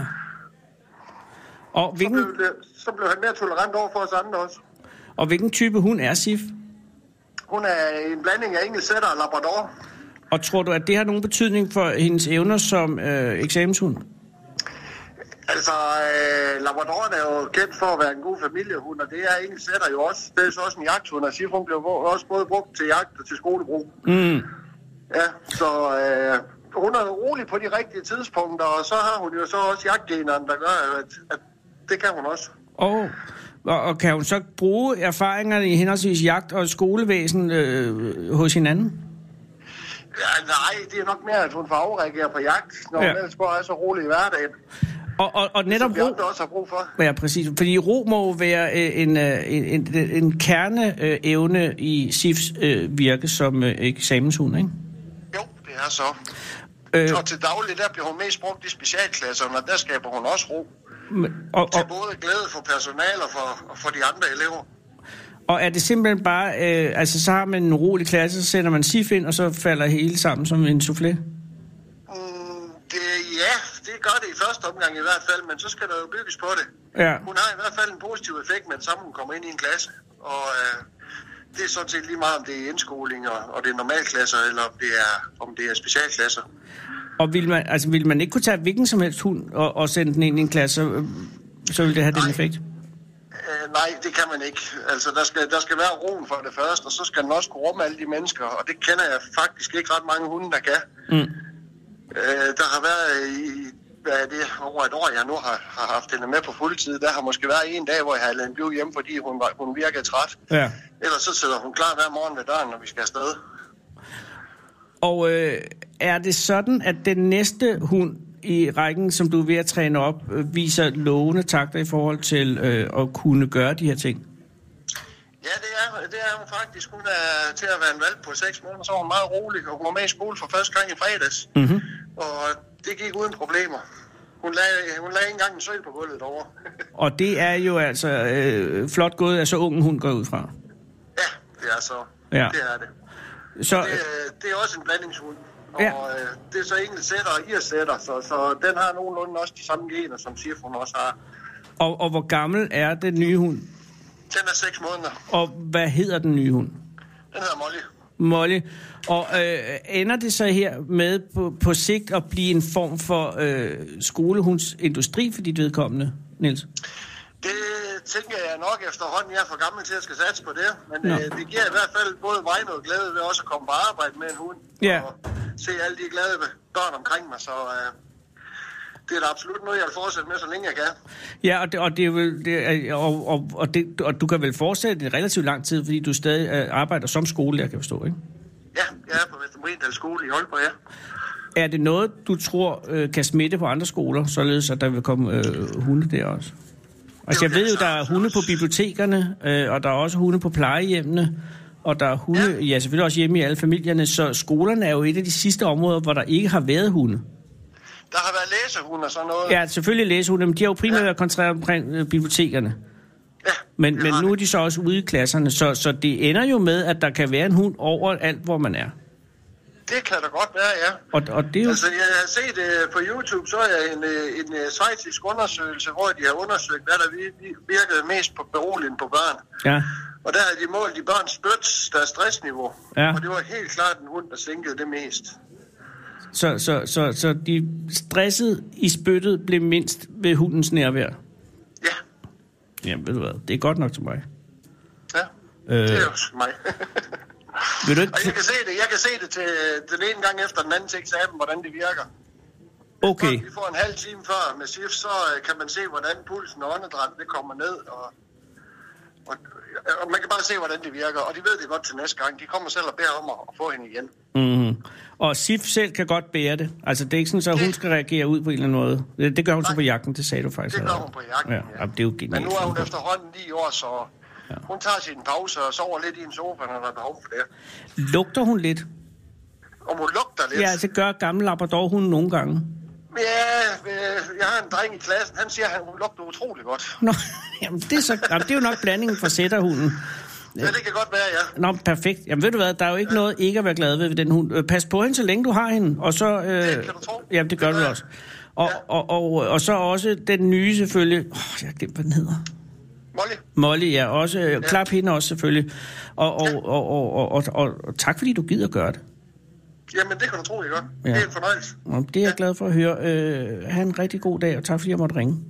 S2: Og
S5: Så
S2: hvilken,
S5: blev, det- så blev han mere tolerant over for os andre også.
S2: og hvilken type hund er SIF?
S5: Hun er en blanding af engelsk sætter og labrador.
S2: Og tror du, at det har nogen betydning for hendes evner som øh, eksamenshund?
S5: Altså, øh, labradoren er jo kendt for at være en god familiehund, og det er engelsk sætter jo også. Det er så også en jagthund, og SIF hun blev vo- også både brugt til jagt og til skolebrug. Mm. Ja, så øh, hun er rolig på de rigtige tidspunkter, og så har hun jo så også jagtgenerne, der gør, at, at det kan hun også.
S2: Og, og, og kan hun så bruge erfaringerne i henholdsvis jagt og skolevæsen øh, hos hinanden?
S5: Ja, nej, det er nok mere, at hun får afreagere på jagt, når
S2: Ja.
S5: ja. hun ellers bare er så rolig i hverdagen.
S2: Og, og, og netop
S5: Som vi
S2: ro...
S5: andre også har brug for.
S2: Ja, præcis. Fordi ro må jo være øh, en, øh, en, en, en kerneevne i SIFs øh, virke som øh, eksamenshund, ikke?
S5: Jo, det er så.
S2: Øh,
S5: Og til daglig, der bliver hun mest brugt i specialklasserne, og der skaber hun også ro.
S2: men- og,
S5: Til
S2: og,
S5: både glæde for personal og for, og for de andre elever.
S2: og er det simpelthen bare, øh, altså så har man en rolig klasse, så sender man SIF ind, og så falder hele sammen som en soufflé?
S5: Mm, det, ja, det gør det i første omgang i hvert fald, men så skal der jo bygges på det.
S2: Ja.
S5: Hun har i hvert fald en positiv effekt, men sammen kommer ind i en klasse. Og øh, det er sådan set lige meget, om det er indskoling, og, og det er normalklasser, eller om det er, om det er specialklasser.
S2: Og ville man, altså, ville man ikke kunne tage hvilken som helst hund og, og sende den ind i en klasse, så, øh, så ville det have den
S5: Nej.
S2: effekt?
S5: Øh, nej, det kan man ikke. Altså, der skal, der skal være roen for det første, og så skal den også kunne rumme alle de mennesker, og det kender jeg faktisk ikke ret mange hunde, der kan.
S2: Mm.
S5: Øh, der har været i, hvad er det, over et år, jeg nu har, har haft hende med på fuldtid, der har måske været en dag, hvor jeg har lavet hende blive hjemme, fordi hun, var, hun virkede træt.
S2: Ja.
S5: Ellers så sidder hun klar hver morgen ved døren, når vi skal afsted.
S2: Og øh, er det sådan, at den næste hund i rækken, som du er ved at træne op, øh, viser lovende takter i forhold til øh, at kunne gøre de her ting?
S5: Ja, det er, det er hun faktisk. Hun er til at være en valg på 6 måneder, så er hun meget rolig, og hun var med i skole for første gang i fredags.
S2: Mhm.
S5: Mm-hmm. Og det gik uden problemer. Hun lagde, hun lagde ikke engang en søl på gulvet derovre. <laughs>
S2: Og det er jo altså øh, flot gået, at så ung en hund går ud fra.
S5: ja, det er så.
S2: Ja.
S5: Det er det.
S2: Så,
S5: Det,
S2: øh,
S5: er- det er også en blandingshund. Og
S2: Ja.
S5: øh, det er så engelsk sætter og irsætter, så, så den har nogenlunde også de samme gener, som Sif hun også har.
S2: og, og hvor gammel er den nye hund?
S5: Den er 6 måneder.
S2: Og hvad hedder den nye hund?
S5: Den Den hedder Molly.
S2: Molly. Og øh, ender det så her med på, på sigt at blive en form for øh, skolehundsindustri for dit vedkommende, Niels?
S5: Det tænker jeg nok efterhånden, jeg er for gammel til at skal satse på det. Men
S2: Nå.
S5: øh, det giver i hvert fald både mig noget glæde ved også at komme på arbejde med en hund.
S2: Ja.
S5: Og se alle de glade børn omkring mig, så øh, det er da absolut noget, jeg vil fortsætte med, så længe jeg kan.
S2: Ja, og, det, og, det er vel, det er, og, og, og, det, og du kan vel fortsætte i relativt lang tid, fordi du stadig øh, arbejder som skolelærer, kan jeg forstå, ikke?
S5: Ja, jeg er på Vester Mariendal skole i Aalborg, ja.
S2: Er det noget, du tror øh, kan smitte på andre skoler, således at der vil komme øh, hunde der også? Altså, jeg ved jo, der er hunde på bibliotekerne, øh, og der er også hunde på plejehjemmene, og der er hunde, ja, selvfølgelig også hjemme i alle familierne, så skolerne er jo et af de sidste områder, hvor der ikke har været hunde.
S5: Der har været læsehunde og sådan noget.
S2: Ja, selvfølgelig læsehunde, men de har jo primært været koncentreret omkring øh, bibliotekerne.
S5: ja
S2: Men,
S5: det
S2: men
S5: har
S2: nu er
S5: det.
S2: de så også ude i klasserne, så, så det ender jo med, at der kan være en hund over alt, hvor man er.
S5: Det kan da godt være, ja.
S2: Og, og det er jo...
S5: Altså, jeg har set uh, på YouTube, så er jeg en, øh, en uh, svejtisk undersøgelse, hvor de har undersøgt, hvad der vi- vi- virkede mest på beroligende på børn.
S2: Ja,
S5: Og der havde de målt i børns spyts, deres stressniveau.
S2: Ja.
S5: Og det var helt klart en hund, der sænkede det mest.
S2: så, så, så, så de stresset i spyttet blev mindst ved hundens nærvær.
S5: Ja,
S2: Jamen, ved du hvad, det er godt nok til mig.
S5: ja.
S2: Øh,
S5: Øh. Det er jo sgu mig. <laughs>
S2: vil du
S5: og jeg
S2: ikke...
S5: kan se det, jeg kan se det til øh, den ene gang efter den anden til eksamen, hvordan det virker.
S2: Okay,
S5: Når vi får en halv time før med SIF, så øh, kan man se, hvordan pulsen og åndedrættet det kommer ned. Og, og, og man kan bare se, hvordan det virker. Og de ved det godt til næste gang. De kommer selv og beder om at, at få hende igen.
S2: mm-hmm. og Sif selv kan godt bære det. Altså, det er ikke sådan, at hun skal reagere ud på en eller anden måde. Det, det gør hun så på jagten, det sagde du faktisk.
S5: Det gør
S2: allerede.
S5: hun på jagten,
S2: Ja, ja. Jamen, det er jo genialt.
S5: Men nu er hun efterhånden 9 år, så hun tager sin pause og sover lidt i en sofa, når der er behov for det.
S2: Lugter hun lidt?
S5: Og hun lugter lidt.
S2: Ja, altså gør gamle labrador hun nogle gange. <laughs>
S5: Ja, øh, jeg har en dreng i klassen. Han siger, at hun lugter utrolig godt.
S2: Nå, jamen, det er, så, jamen, det er jo nok blandingen fra sætterhunden.
S5: Ja, det kan godt være, ja.
S2: Nå, perfekt. Jamen ved du hvad, der er jo ikke noget ikke at være glad ved ved den hund. Øh, Pas på hende, så længe du har hende. Og så, øh,
S5: Det kan du tro.
S2: Jamen det gør
S5: Det gør
S2: du
S5: jeg.
S2: også. Og,
S5: Ja.
S2: og, og, og så også den nye selvfølgelig. Åh, oh, jeg har glemt, hvad den hedder.
S5: Molly,
S2: Molly, ja, også. Øh, klap hende også selvfølgelig. Og, og, og, og, og, og, og, og tak fordi du gider gøre det.
S5: jamen det kan du tro, jeg gør.
S2: Ja.
S5: Ja. Det er en fornøjelse.
S2: Nå, Det er jeg glad for at høre. Øh, ha' en rigtig god dag, og tak fordi jeg måtte ringe.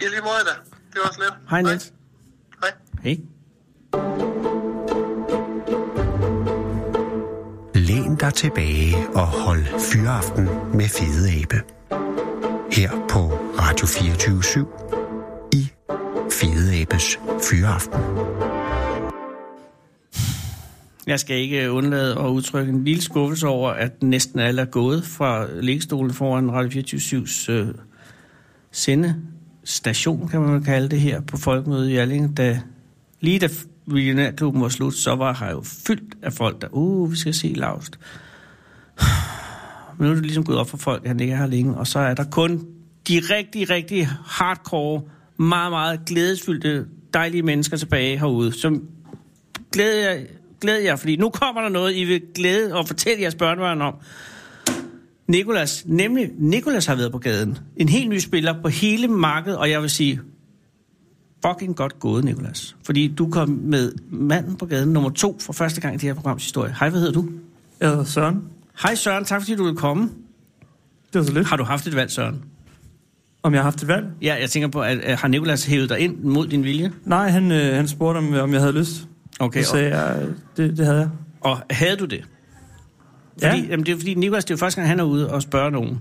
S5: I lige måde da. Det var også lidt.
S2: Hej Niels.
S5: Hej.
S2: Hej.
S1: Læn dig tilbage og hold fyraften med Fede Abe. Her på Radio 24 i Fede Abes Fyraften.
S2: Jeg skal ikke undlade at udtrykke en lille skuffelse over, at næsten alle er gået fra lægestolen foran Radio 24-7's øh, sendestation, kan man vel kalde det her, på Folkemødet i Alling, da lige da Millionærklubben var slut, så var her jo fyldt af folk, der, uh, vi skal se Laust. Men nu er det ligesom gået op for folk, at han ikke er her længe, og så er der kun de rigtig, rigtig hardcore, meget, meget glædesfyldte, dejlige mennesker tilbage herude, som glæder jer, glæder jer, fordi nu kommer der noget, I vil glæde og fortælle jeres børnebørn om. Nikolas, nemlig Nikolas har været på gaden. En helt ny spiller på hele markedet, og jeg vil sige, fucking godt gået, Nikolas. Fordi du kom med manden på gaden nummer to for første gang i det her programs historie. Hej, hvad hedder du?
S6: Jeg hedder Søren.
S2: Hej Søren, tak fordi du vil komme.
S6: Det var så lidt.
S2: Har du haft et valg, Søren?
S6: Om jeg har haft et valg?
S2: Ja, jeg tænker på, at, at har Nikolas hævet dig ind mod din vilje?
S6: Nej, han, øh, han spurgte, om, om jeg havde lyst.
S2: Okay,
S6: Så
S2: og,
S6: sagde jeg, øh, det, det havde jeg.
S2: og havde du det?
S6: Ja,
S2: Fordi, jamen, det er fordi, Nikolas, det er jo første gang, han er ude og spørger nogen.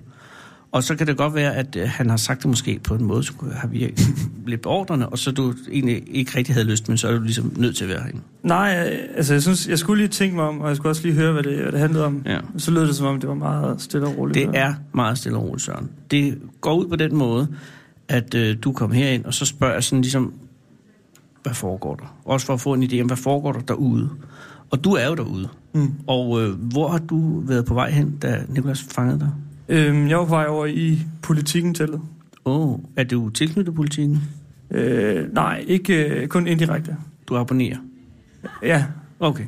S2: Og så kan det godt være, at øh, han har sagt det måske på en måde, som kunne have virket lidt beordrende, og så du egentlig ikke rigtig havde lyst, men så er du ligesom nødt til at være herinde.
S6: nej, øh, altså jeg synes, jeg skulle lige tænke mig om, og jeg skulle også lige høre, hvad det, hvad det handlede om.
S2: Ja.
S6: Så lød det som om, det var meget stille og roligt.
S2: Det er meget stille og roligt, Søren. Det går ud på den måde, at øh, du kommer herind, og så spørger jeg sådan ligesom, hvad foregår der? Også for at få en idé om, hvad foregår der derude? Og du er jo derude. Mm. Og øh, hvor har du været på vej hen, da Nikolas fangede dig?
S6: Øhm, jeg var på vej over i politikken teltet.
S2: Åh, oh, er du tilknyttet politikken?
S6: Øh, nej, ikke øh, kun indirekte.
S2: Du abonnerer?
S6: Ja,
S2: Okay.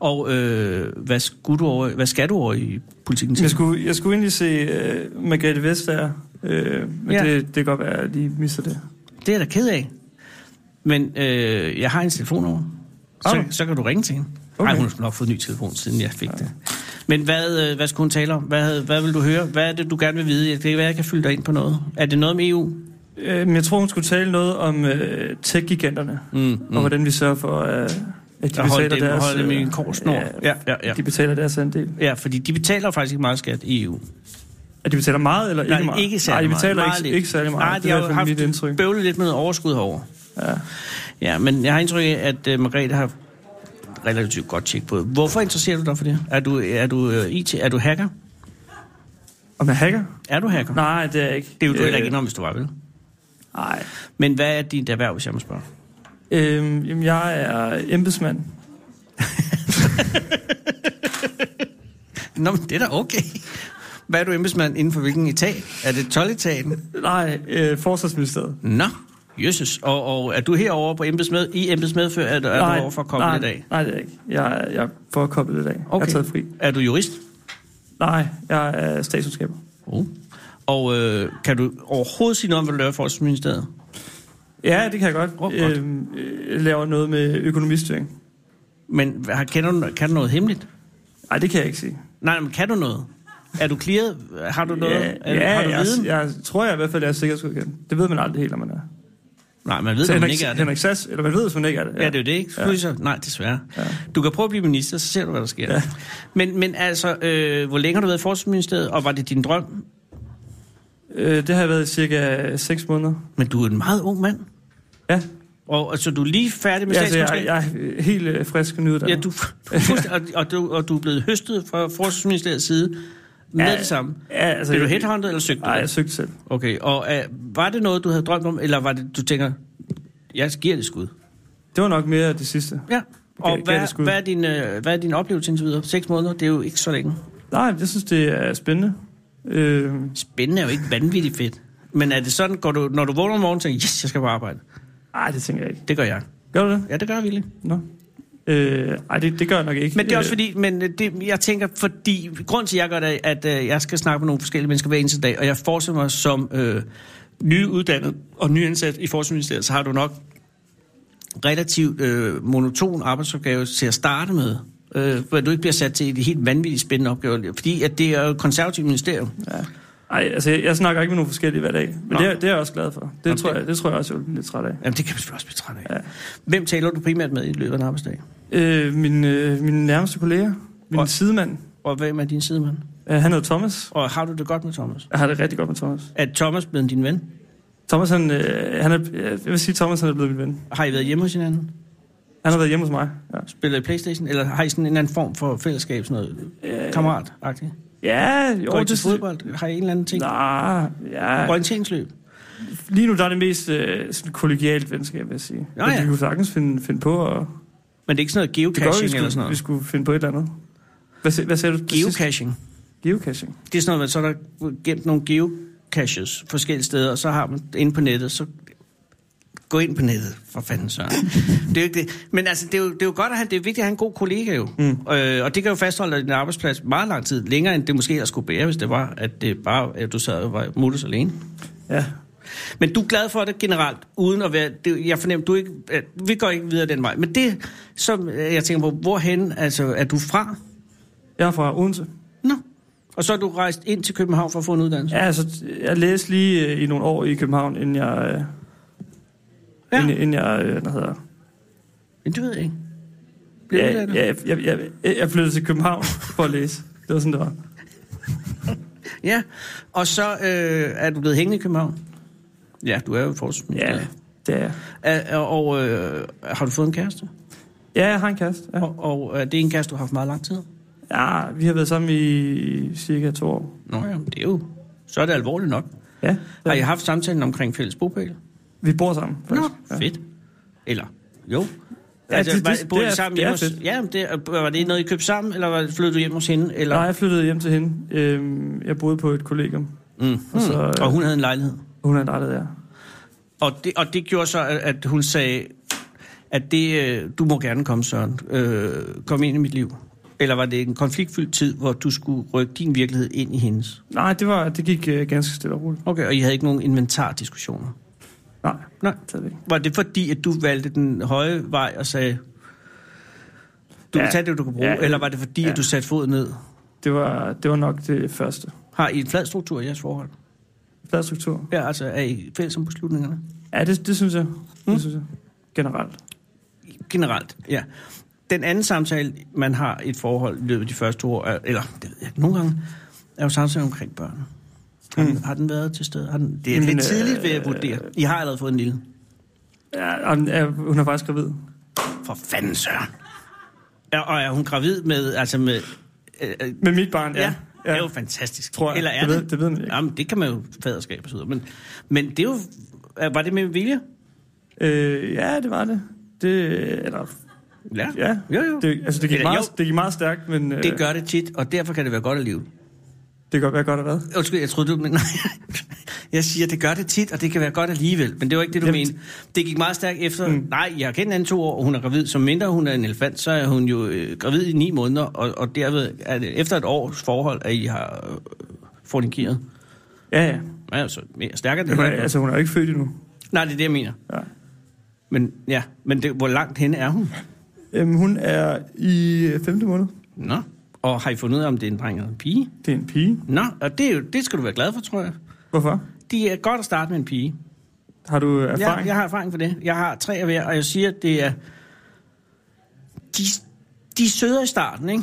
S2: Og øh, hvad, skulle du over, hvad skal du over i politikken til?
S6: jeg skulle, jeg skulle egentlig se øh, Margrethe Vestager, øh, men
S2: Ja.
S6: ja. det, det kan godt være, at jeg lige mister det.
S2: Det er jeg da ked af. Men øh, jeg har en telefonnummer. Så,
S6: Har du?
S2: så kan du ringe til hende. Okay. Ej, hun har nok fået ny telefon, siden jeg fik ja. det. Men hvad, øh, hvad skulle hun tale om? Hvad, hvad vil du høre? Hvad er det, du gerne vil vide? Jeg kan være, jeg kan fylde dig ind på noget. Er det noget med E EU?
S6: Øhm, jeg tror, hun skulle tale noget om øh, tech-giganterne, mm, mm. og hvordan vi sørger for, øh, at de
S2: At holde
S6: betaler
S2: dem,
S6: deres...
S2: holde dem i en kort snor.
S6: Ja,
S2: Ja, ja, ja.
S6: De betaler deres andel.
S2: Ja, fordi de betaler jo faktisk ikke meget skat i E EU.
S6: At de betaler meget eller
S2: Nej,
S6: ikke meget?
S2: ikke særlig
S6: Nej, de betaler
S2: meget.
S6: ikke,
S2: lidt.
S6: ikke særlig meget.
S2: Nej, de
S6: det er i
S2: har
S6: hvert
S2: jo
S6: fald
S2: haft
S6: mit indtryk.
S2: bøvlet lidt med overskud herover. Ja. ja, men jeg har indtryk af, at uh, Margrethe har relativt godt tjek på det. Hvorfor interesserer du dig for det? Er du, er du uh, IT? Er du hacker?
S6: Om jeg hacker?
S2: Er du hacker?
S6: Nej, det er jeg ikke. Øh,
S2: Det er jo du heller ikke indrømme, hvis du var, vel?
S6: Nej.
S2: Men hvad er dit erhverv, hvis jeg må spørge?
S6: Øhm, jamen, jeg er embedsmand.
S2: Nå, men det er da okay. Hvad er du embedsmand inden for hvilken etat? Er det 12-etaten?
S6: Nej, øh, forsvarsministeriet.
S2: Nå, jøsses. Og, og er du herovre på embedsmed, i embedsmedfør? Er, du- er
S6: nej,
S2: du over for at komme
S6: nej,
S2: i dag?
S6: Nej, det er jeg ikke. Jeg, er- jeg er for at koble lidt af. Okay. Jeg er taget fri.
S2: Er du jurist?
S6: Nej, jeg er statsundskaber.
S2: Uh. Og øh, kan du overhovedet sige noget om, hvad du laver i Forsvarsministeriet?
S6: Ja, det kan jeg godt.
S2: godt.
S6: Øhm, øh, jeg laver noget med økonomistyring.
S2: Men hvad- har- kender du, kan du noget hemmeligt?
S6: Nej, det kan jeg ikke sige.
S2: Nej, men kan du noget? Er du clearet? Har du noget? er,
S6: ja,
S2: har du
S6: jeg,
S2: viden?
S6: jeg, tror jeg i hvert fald, at jeg er sikkerhedsgodkendt. Det ved man aldrig helt, om man er.
S2: Nej, man ved,
S6: Så
S2: at man
S6: Henrik,
S2: ikke er det.
S6: Henrik Sass, eller man ved, hvis man ikke er det.
S2: Ja, det er jo det, ikke? Ja. Så, nej, desværre. Ja. Du kan prøve at blive minister, så ser du, hvad der sker. Ja. Men, men altså, øh, hvor længe har du været i Forsvarsministeriet, og var det din drøm?
S6: Øh, det har jeg været i cirka 6 måneder.
S2: Men du er en meget ung mand.
S6: Ja,
S2: Og altså, du er lige færdig med
S6: ja altså,
S2: statskundskab?
S6: jeg, jeg er helt øh, frisk og nyuddannet.
S2: Ja, du, du, er
S6: <laughs>
S2: fuldstæ- og, og, du, og du er blevet høstet fra Forsvarsministeriets side med
S6: Ja,
S2: det samme.
S6: ja, altså,
S2: Blev du
S6: jeg-
S2: headhunted, eller søgte du?
S6: Nej, jeg søgte selv.
S2: Okay, og uh, var det noget, du havde drømt om, eller var det, du tænker, jeg giver det skud?
S6: Det var nok mere det sidste.
S2: Ja. Og
S6: gav
S2: hvad,
S6: det skud.
S2: hvad, er din, øh, hvad er din oplevelse indtil videre? Seks måneder, det er jo ikke så længe.
S6: Nej, jeg synes, det er spændende. Øh,
S2: Spændende er jo ikke vanvittigt fedt. Men er det sådan, går du, når du vågner om morgenen, tænker yes, jeg skal på arbejde?
S6: ej, det tænker jeg ikke.
S2: Det gør jeg.
S6: Gør du det?
S2: Ja, det gør jeg virkelig.
S6: Nå. Øh, ej, det, det gør jeg nok ikke.
S2: Men det er også
S6: Øh,
S2: fordi, men øh, det, jeg tænker, fordi, grund til, at jeg gør det, er, at øh, jeg skal snakke med nogle forskellige mennesker hver eneste dag, og jeg forestiller mig som øh, nyuddannet og nyansat i Forsvarsministeriet, så har du nok relativt øh, monoton arbejdsopgave til at starte med, øh, hvor du ikke bliver sat til et helt vanvittigt spændende opgave, fordi at det er jo et konservativt ministerium.
S6: Ej, altså, jeg, jeg snakker ikke med nogen forskellige hver dag. Men
S2: Nå.
S6: det, er- det er jeg også glad for. Det,
S2: Nå,
S6: tror
S2: det-
S6: jeg, det tror jeg også, jeg vil blive lidt træt af.
S2: Jamen, det kan vi selvfølgelig også blive træt af.
S6: Ja.
S2: Hvem taler du primært med i løbet af en arbejdsdag?
S6: Øh, min, øh, min nærmeste kollega, min
S2: Og-
S6: sidemand,
S2: Og hvem er din sidemand?
S6: øh, han hedder Thomas.
S2: Og har du det godt med Thomas?
S6: Jeg har det rigtig godt med Thomas.
S2: Er Thomas blevet din ven?
S6: Thomas, han, øh, han er, jeg vil sige, Thomas han er blevet min ven.
S2: Har I været hjemme hos hinanden?
S6: Han har været hjemme hos mig. Ja,
S2: Spiller I Playstation, eller har I sådan en eller anden form for fællesskab, sådan noget øh, kammerat-agtigt?
S6: ja jo,
S2: Går I
S6: det
S2: til fodbold? Har I en eller anden ting?
S6: Nej, ja.
S2: Orienteringsløb?
S6: Lige nu der er det mest øh, sådan kollegialt venskab, vil jeg sige.
S2: Nå
S6: Men
S2: ja.
S6: Vi kunne sagtens finde, finde på og
S2: Men det er ikke sådan noget
S6: Det gør, vi,
S2: geocaching eller sådan
S6: skulle, vi
S2: noget?
S6: skulle finde på et eller andet. Hvad, se- hvad sagde du? til sidst?
S2: Geocaching?
S6: Geocaching.
S2: Det er sådan noget, man så er der gemt nogle geocaches forskellige steder, og så har man inde på nettet, så gå ind på nettet, for fanden
S6: <laughs>
S2: så. Det er jo ikke det. Men altså, det er jo, det er jo godt at have, det er vigtigt at have en god kollega jo. Mm. Øh, og det kan jo fastholde din arbejdsplads meget lang tid, længere end det måske ellers skulle bære, hvis det var, at det bare, at du sad og var mutters alene.
S6: Ja.
S2: Men du er glad for det generelt, uden at være... Det, jeg fornemmer, du er ikke, at vi går ikke videre den vej. Men det, som øh, jeg tænker på, hvorhen altså, er du fra?
S6: Jeg er fra Odense.
S2: Nå. Og så er du rejst ind til København for at få en uddannelse?
S6: Ja, altså, jeg læste lige øh, i nogle år i København, inden jeg... Øh, ja. inden, inden jeg, øh, hvad hedder...
S2: Men det ved jeg ikke. Blev
S6: Ja,
S2: uddannet?
S6: ja, jeg, jeg, jeg, jeg flyttede til København <laughs> for at læse. Det var sådan, det var.
S2: ja. Og så øh, er du blevet hængende i København? Ja, du er jo forsvarsminister.
S6: Ja, det er jeg.
S2: Ja. Og, og øh, har du fået en kæreste?
S6: Ja, jeg har en kæreste. Ja.
S2: Og, og øh, det er en kæreste, du har haft meget lang tid?
S6: ja, vi har været sammen i cirka to år.
S2: Nå ja, det er jo... Så er det alvorligt nok.
S6: Ja,
S2: Har I
S6: ja.
S2: haft samtalen omkring fælles bopæl?
S6: vi bor sammen.
S2: Nå,
S6: faktisk.
S2: ja. fedt. Eller, jo.
S6: Ja,
S2: altså,
S6: det-
S2: var,
S6: det-
S2: boede
S6: det
S2: I
S6: er-
S2: sammen
S6: det er
S2: hjemme hos,
S6: fedt.
S2: ja, men det, og var det noget, I købte sammen, eller var- flyttede du hjem hos hende? Eller,
S6: Nej, jeg flyttede hjem til hende. Øhm, jeg boede på et kollegium.
S2: mm.
S6: og så,
S2: mm.
S6: øh,
S2: og hun havde en lejlighed.
S6: Hun er en der. Ja.
S2: Og det, og det gjorde så, at- at hun sagde, at det, øh, du må gerne komme, Søren. Øh, kom ind i mit liv. Eller var det en konfliktfyldt tid, hvor du skulle rykke din virkelighed ind i hendes?
S6: Nej, det, var, det gik øh, ganske stille og roligt.
S2: Okay, og I havde ikke nogen inventardiskussioner?
S6: Nej,
S2: Nej.
S6: stadigvæk.
S2: Var det fordi, at du valgte den høje vej og sagde, Du ja. tage det, du kunne bruge, ja. eller var det fordi, ja. at du satte foden ned?
S6: Det var, det var nok det første.
S2: Har I en flad struktur i jeres forhold?
S6: Flad struktur.
S2: Ja, altså er I fælles om beslutningerne?
S6: Ja, det, det synes jeg. Mm. Det synes jeg. Generelt.
S2: Generelt, ja. Den anden samtale, man har i et forhold i løbet af de første to år, er, eller det ved jeg ikke, nogle gange, er jo samtalen omkring børn. Har,
S6: Mm.
S2: den, har den været til stede? Har den, det er
S6: Men,
S2: lidt
S6: øh,
S2: tidligt ved at vurdere. I har allerede fået en lille.
S6: Ja, og den er- hun er faktisk gravid.
S2: For fanden, Søren! Ja, og er hun gravid med, altså med... Øh, øh,
S6: Med mit barn,
S2: ja, ja,
S6: ja.
S2: det er jo fantastisk.
S6: Tror jeg.
S2: Eller er
S6: Det ved-
S2: det?
S6: det ved man ikke.
S2: Jamen, det kan man jo faderskab og så videre. Men, men det er jo... er- Var det med vilje?
S6: Øh, ja, det var det. Det, eller,
S2: Ja.
S6: ja.
S2: Jo, jo.
S6: Det, altså, det gik,
S2: Eller jo.
S6: meget, det gik meget stærkt, men øh,
S2: Det gør det tit, og derfor kan det være godt at leve.
S6: det kan godt være godt at være.
S2: Undskyld, jeg troede, du... <laughs> Men, nej. Jeg siger, det gør det tit, og det kan være godt alligevel. Men det var ikke det, du
S6: Jamen,
S2: mente. Det gik meget stærkt efter... Mm. Nej, jeg har kendt hende to år, og hun er gravid. Som mindre hun er en elefant, så er hun jo øh, gravid i ni måneder. Og, og derved er det efter et års forhold, at I har øh, fornikeret.
S6: Ja, ja.
S2: Nej, altså, mere stærkere det
S6: Jamen,
S2: her.
S6: altså, hun er jo ikke født endnu.
S2: Nej, det er det, jeg mener.
S6: Ja.
S2: Men, ja, men det, hvor langt henne er hun?
S6: Øhm, hun er i øh, femte måned.
S2: Nå. Og har I fundet ud af, om det er en dreng eller en pige?
S6: Det er en pige.
S2: Nå, og det, er jo, det skal du være glad for, tror jeg.
S6: Hvorfor?
S2: De er godt at starte med en pige.
S6: Har du øh,
S2: Ja,
S6: erfaring?
S2: jeg har erfaring for det. Jeg har tre af hver, og jeg siger, at det er... De, de er søde i starten, ikke?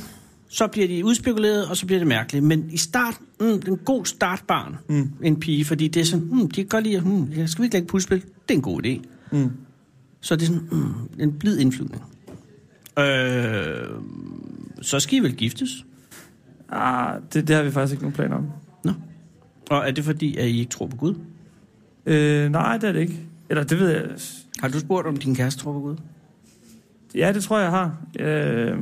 S2: Så bliver de udspekuleret, og så bliver det mærkeligt. Men i starten, mm, det er en god startbarn, mm. en pige, fordi det er sådan, mm, de kan godt lide, at, mm, jeg skal vi ikke lægge puslespil? Det er en god idé. Mm. Så det er sådan, mm, en blid indflyvning. Øh, så skal I vel giftes?
S6: Ah, det, det har vi faktisk ikke nogen planer om.
S2: Nå. Og er det fordi, at I ikke tror på Gud?
S6: Øh, nej, det er det ikke. Eller det ved jeg...
S2: Har du spurgt, om din kæreste tror på Gud?
S6: Ja, det tror jeg, jeg har. Øh,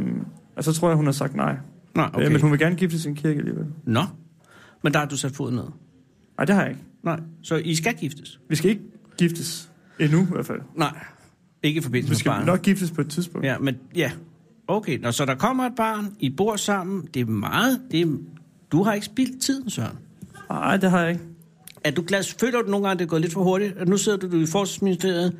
S6: og så tror jeg, hun har sagt nej.
S2: Nej,
S6: Øh,
S2: okay.
S6: men hun vil gerne gifte sin kirke alligevel.
S2: Nå. Men der har du sat foden ned.
S6: Nej, det har jeg ikke.
S2: Nej, så I skal giftes?
S6: Vi skal ikke giftes. Endnu i hvert fald.
S2: Nej. Ikke i forbindelse
S6: Vi
S2: med
S6: skal
S2: barnet?
S6: nok giftes på et tidspunkt.
S2: Ja, men ja. Okay, Nå, så der kommer et barn, I bor sammen, det er meget, det er, du har ikke spildt tiden, Søren.
S6: Nej, det har jeg ikke.
S2: Er du glad, føler du nogle gange, at det er gået lidt for hurtigt, at nu sidder du, du i forsvarsministeriet,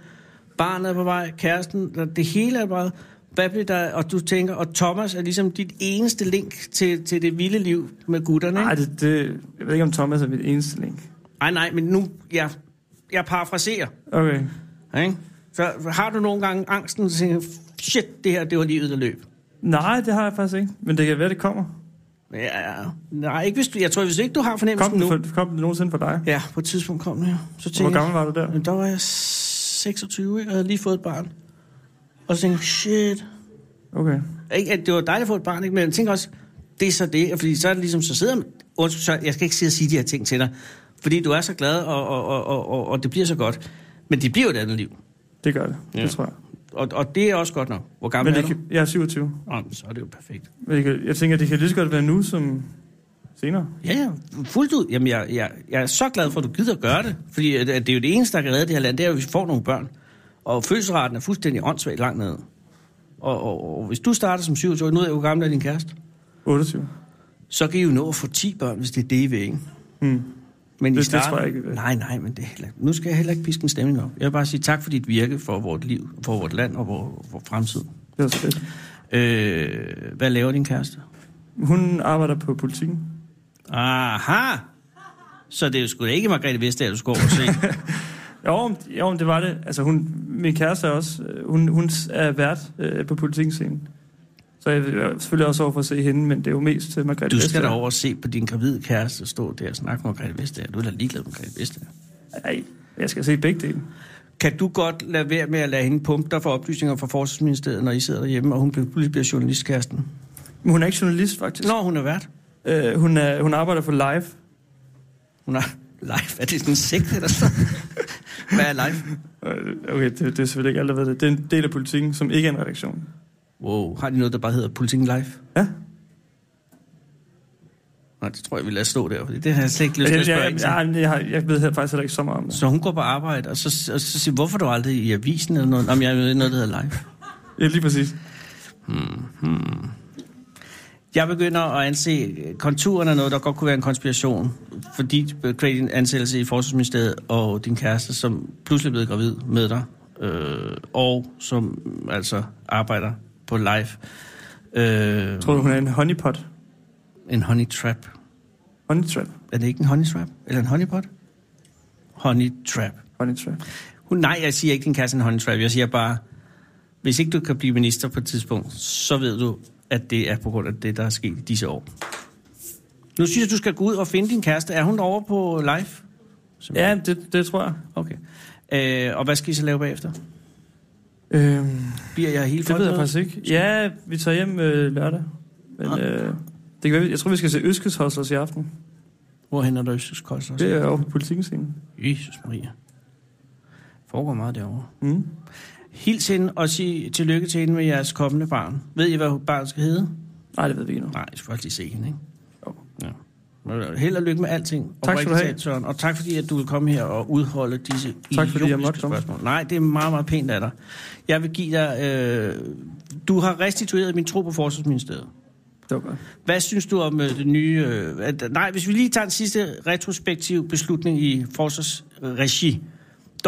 S2: barnet er på vej, kæresten, der- det hele er bare, hvad bliver der, og du tænker, og Thomas er ligesom dit eneste link til, til det vilde liv med gutterne,
S6: Nej,
S2: ikke?
S6: det, det, jeg ved ikke, om Thomas er mit eneste link.
S2: Nej, nej, men nu, jeg, jeg parafraserer.
S6: Okay.
S2: Ikke? Så har du nogle gange angsten, og tænker, shit, det her, det var livet, der løb.
S6: Nej, det har jeg faktisk ikke. Men det kan være, det kommer.
S2: Ja, nej, ikke hvis du, jeg tror, hvis ikke du har
S6: Kom,
S2: fornemmelsen
S6: det,
S2: nu.
S6: for, kom det nogensinde for dig?
S2: Ja, på et tidspunkt kom det jo. Så tænkte
S6: Hvor gammel var du der?
S2: jeg, men der var jeg 26, ikke? og jeg havde lige fået et barn. Og så tænkte jeg, shit.
S6: Okay.
S2: Ikke, at det var dejligt at få et barn, ikke? men jeg tænker også, det er så det, fordi så er det ligesom, så sidder man, undskyld, så jeg skal ikke sidde og sige de her ting til dig, fordi du er så glad, og, og, og, og, og, og det bliver så godt. Men det bliver jo et andet liv,
S6: Det gør det. Ja.
S2: Ja.
S6: Det tror jeg.
S2: og, og det er også godt nok. Hvor gammel
S6: Men
S2: er
S6: det
S2: du?
S6: kan, jeg er 27.
S2: Nå, men så er det jo perfekt.
S6: Men det kan, jeg tænker, det kan lige så godt være nu som senere.
S2: Ja, ja, fuldt ud. Jamen, jeg, jeg, jeg er så glad for, at du gider at gøre det. Fordi at- at det er jo det eneste, der kan redde det her land, det er, at vi får nogle børn. Og fødselsraten er fuldstændig åndssvagt langt ned. Og, og, og hvis du starter som 27, nu er jeg jo hvor gammel af din kæreste,
S6: 28.
S2: så kan I jo nå at få 10 børn, hvis det er det, I vil, ikke?
S6: Hmm.
S2: Men
S6: Det-
S2: I
S6: det tror jeg ikke, I vil.
S2: Nej, nej, men det er heller... nu skal jeg heller ikke piske en stemning op. Jeg vil bare sige tak for dit virke for vores liv, for vores land og vores, vores fremtid.
S6: Det er så fedt.
S2: Øh, hvad laver din kæreste?
S6: Hun arbejder på politikken.
S2: Aha! Så det er jo sgu da ikke Margrethe Vestager, du skal over og se.
S6: Jo, om- jo, men det var det. Altså, hun, min kæreste er også, øh, hun, hun er vært øh, på politikken scenen. Så jeg er selvfølgelig også over for at se hende, men det er jo mest til Margrethe
S2: Du skal da
S6: Vestager.
S2: over og se på din gravide kæreste stå der og snakke med Margrethe Vestager. Du er da ligeglad med Margrethe Vestager.
S6: Ej, jeg skal se begge dele.
S2: Kan du godt lade være med at lade hende pumpe dig for oplysninger fra Forsvarsministeriet, når I sidder derhjemme, og hun bliver, pludselig bliver journalistkæresten?
S6: Men hun er ikke journalist, faktisk.
S2: Når hun er vært.
S6: Øh, hun, er, hun arbejder for live.
S2: Hun er live. Er det sådan en sekt eller sådan? Hvad er live?
S6: Øh, Okay, det, det er selvfølgelig ikke alt, der ved det. Det er en del af politikken, som ikke er en redaktion.
S2: Wow, har de noget, der bare hedder Politiken Live?
S6: Ja.
S2: Nej, det tror jeg, vi lader stå der, for det har jeg slet ikke lyst
S6: Jeg,
S2: til at
S6: jeg,
S2: spørge
S6: jeg,
S2: ind til.
S6: jeg, jeg, har- jeg ved her faktisk heller ikke så meget om det.
S2: Så hun går på arbejde, og så, og så siger hvorfor er du aldrig i avisen eller noget? Om jeg ved noget, der hedder live.
S6: Ja, lige præcis.
S2: Jeg begynder at anse konturen af noget, der godt kunne være en konspiration, fordi kvæg din ansættelse i Forsvarsministeriet og din kæreste, som pludselig er blevet gravid med dig, øh, og som altså arbejder på live, Øh,
S6: Tror du, hun er en honeypot?
S2: en honey trap.
S6: Honeytrap?
S2: Er det ikke en honey trap? Eller en honeypot? Honey trap.
S6: Honeytrap.
S2: Hun, Uh, nej, jeg siger ikke, din kasse er en honey trap. Jeg siger bare, hvis ikke du kan blive minister på et tidspunkt, så ved du, at det er på grund af det, der er sket i disse år. Nu synes jeg, du skal gå ud og finde din kæreste. Er hun over på live?
S6: Ja, det, det tror jeg.
S2: Okay. Øh, og hvad skal I så lave bagefter?
S6: Øhm,
S2: Bliver jeg helt
S6: det ved jeg faktisk ikke. Ja, vi tager hjem øh, lørdag.
S7: Ah.
S6: Men øh, det kan være, vi- jeg tror, vi skal se Øskes Hustlers i aften.
S2: Hvor hænder du Jesus Koster?
S6: Det er over på politikkenscenen.
S2: Jesus Maria. Foregår meget derovre.
S6: Mm.
S2: Hils hende og sig tillykke til hende med jeres kommende barn. Ved I, hvad barnet skal hedde?
S6: Nej, det ved vi ikke nu.
S2: Nej, jeg skal faktisk lige se hende, ikke? Jo. Ja. øh, Held og lykke med alting.
S6: Tak skal du
S2: Oprigtigt
S6: have.
S2: talt, Søren, og tak fordi, at du vil komme her og udholde disse
S6: Tak, fordi jeg
S2: idiotiske
S6: måtte komme.
S2: spørgsmål. Nej, det er meget, meget pænt af dig. Jeg vil give dig... Øh, du har restitueret min tro på Forsvarsministeriet.
S6: Det var godt.
S2: Hvad synes du om øh, det nye... Øh, at, nej, hvis vi lige tager den sidste retrospektiv beslutning i forsvarsregi.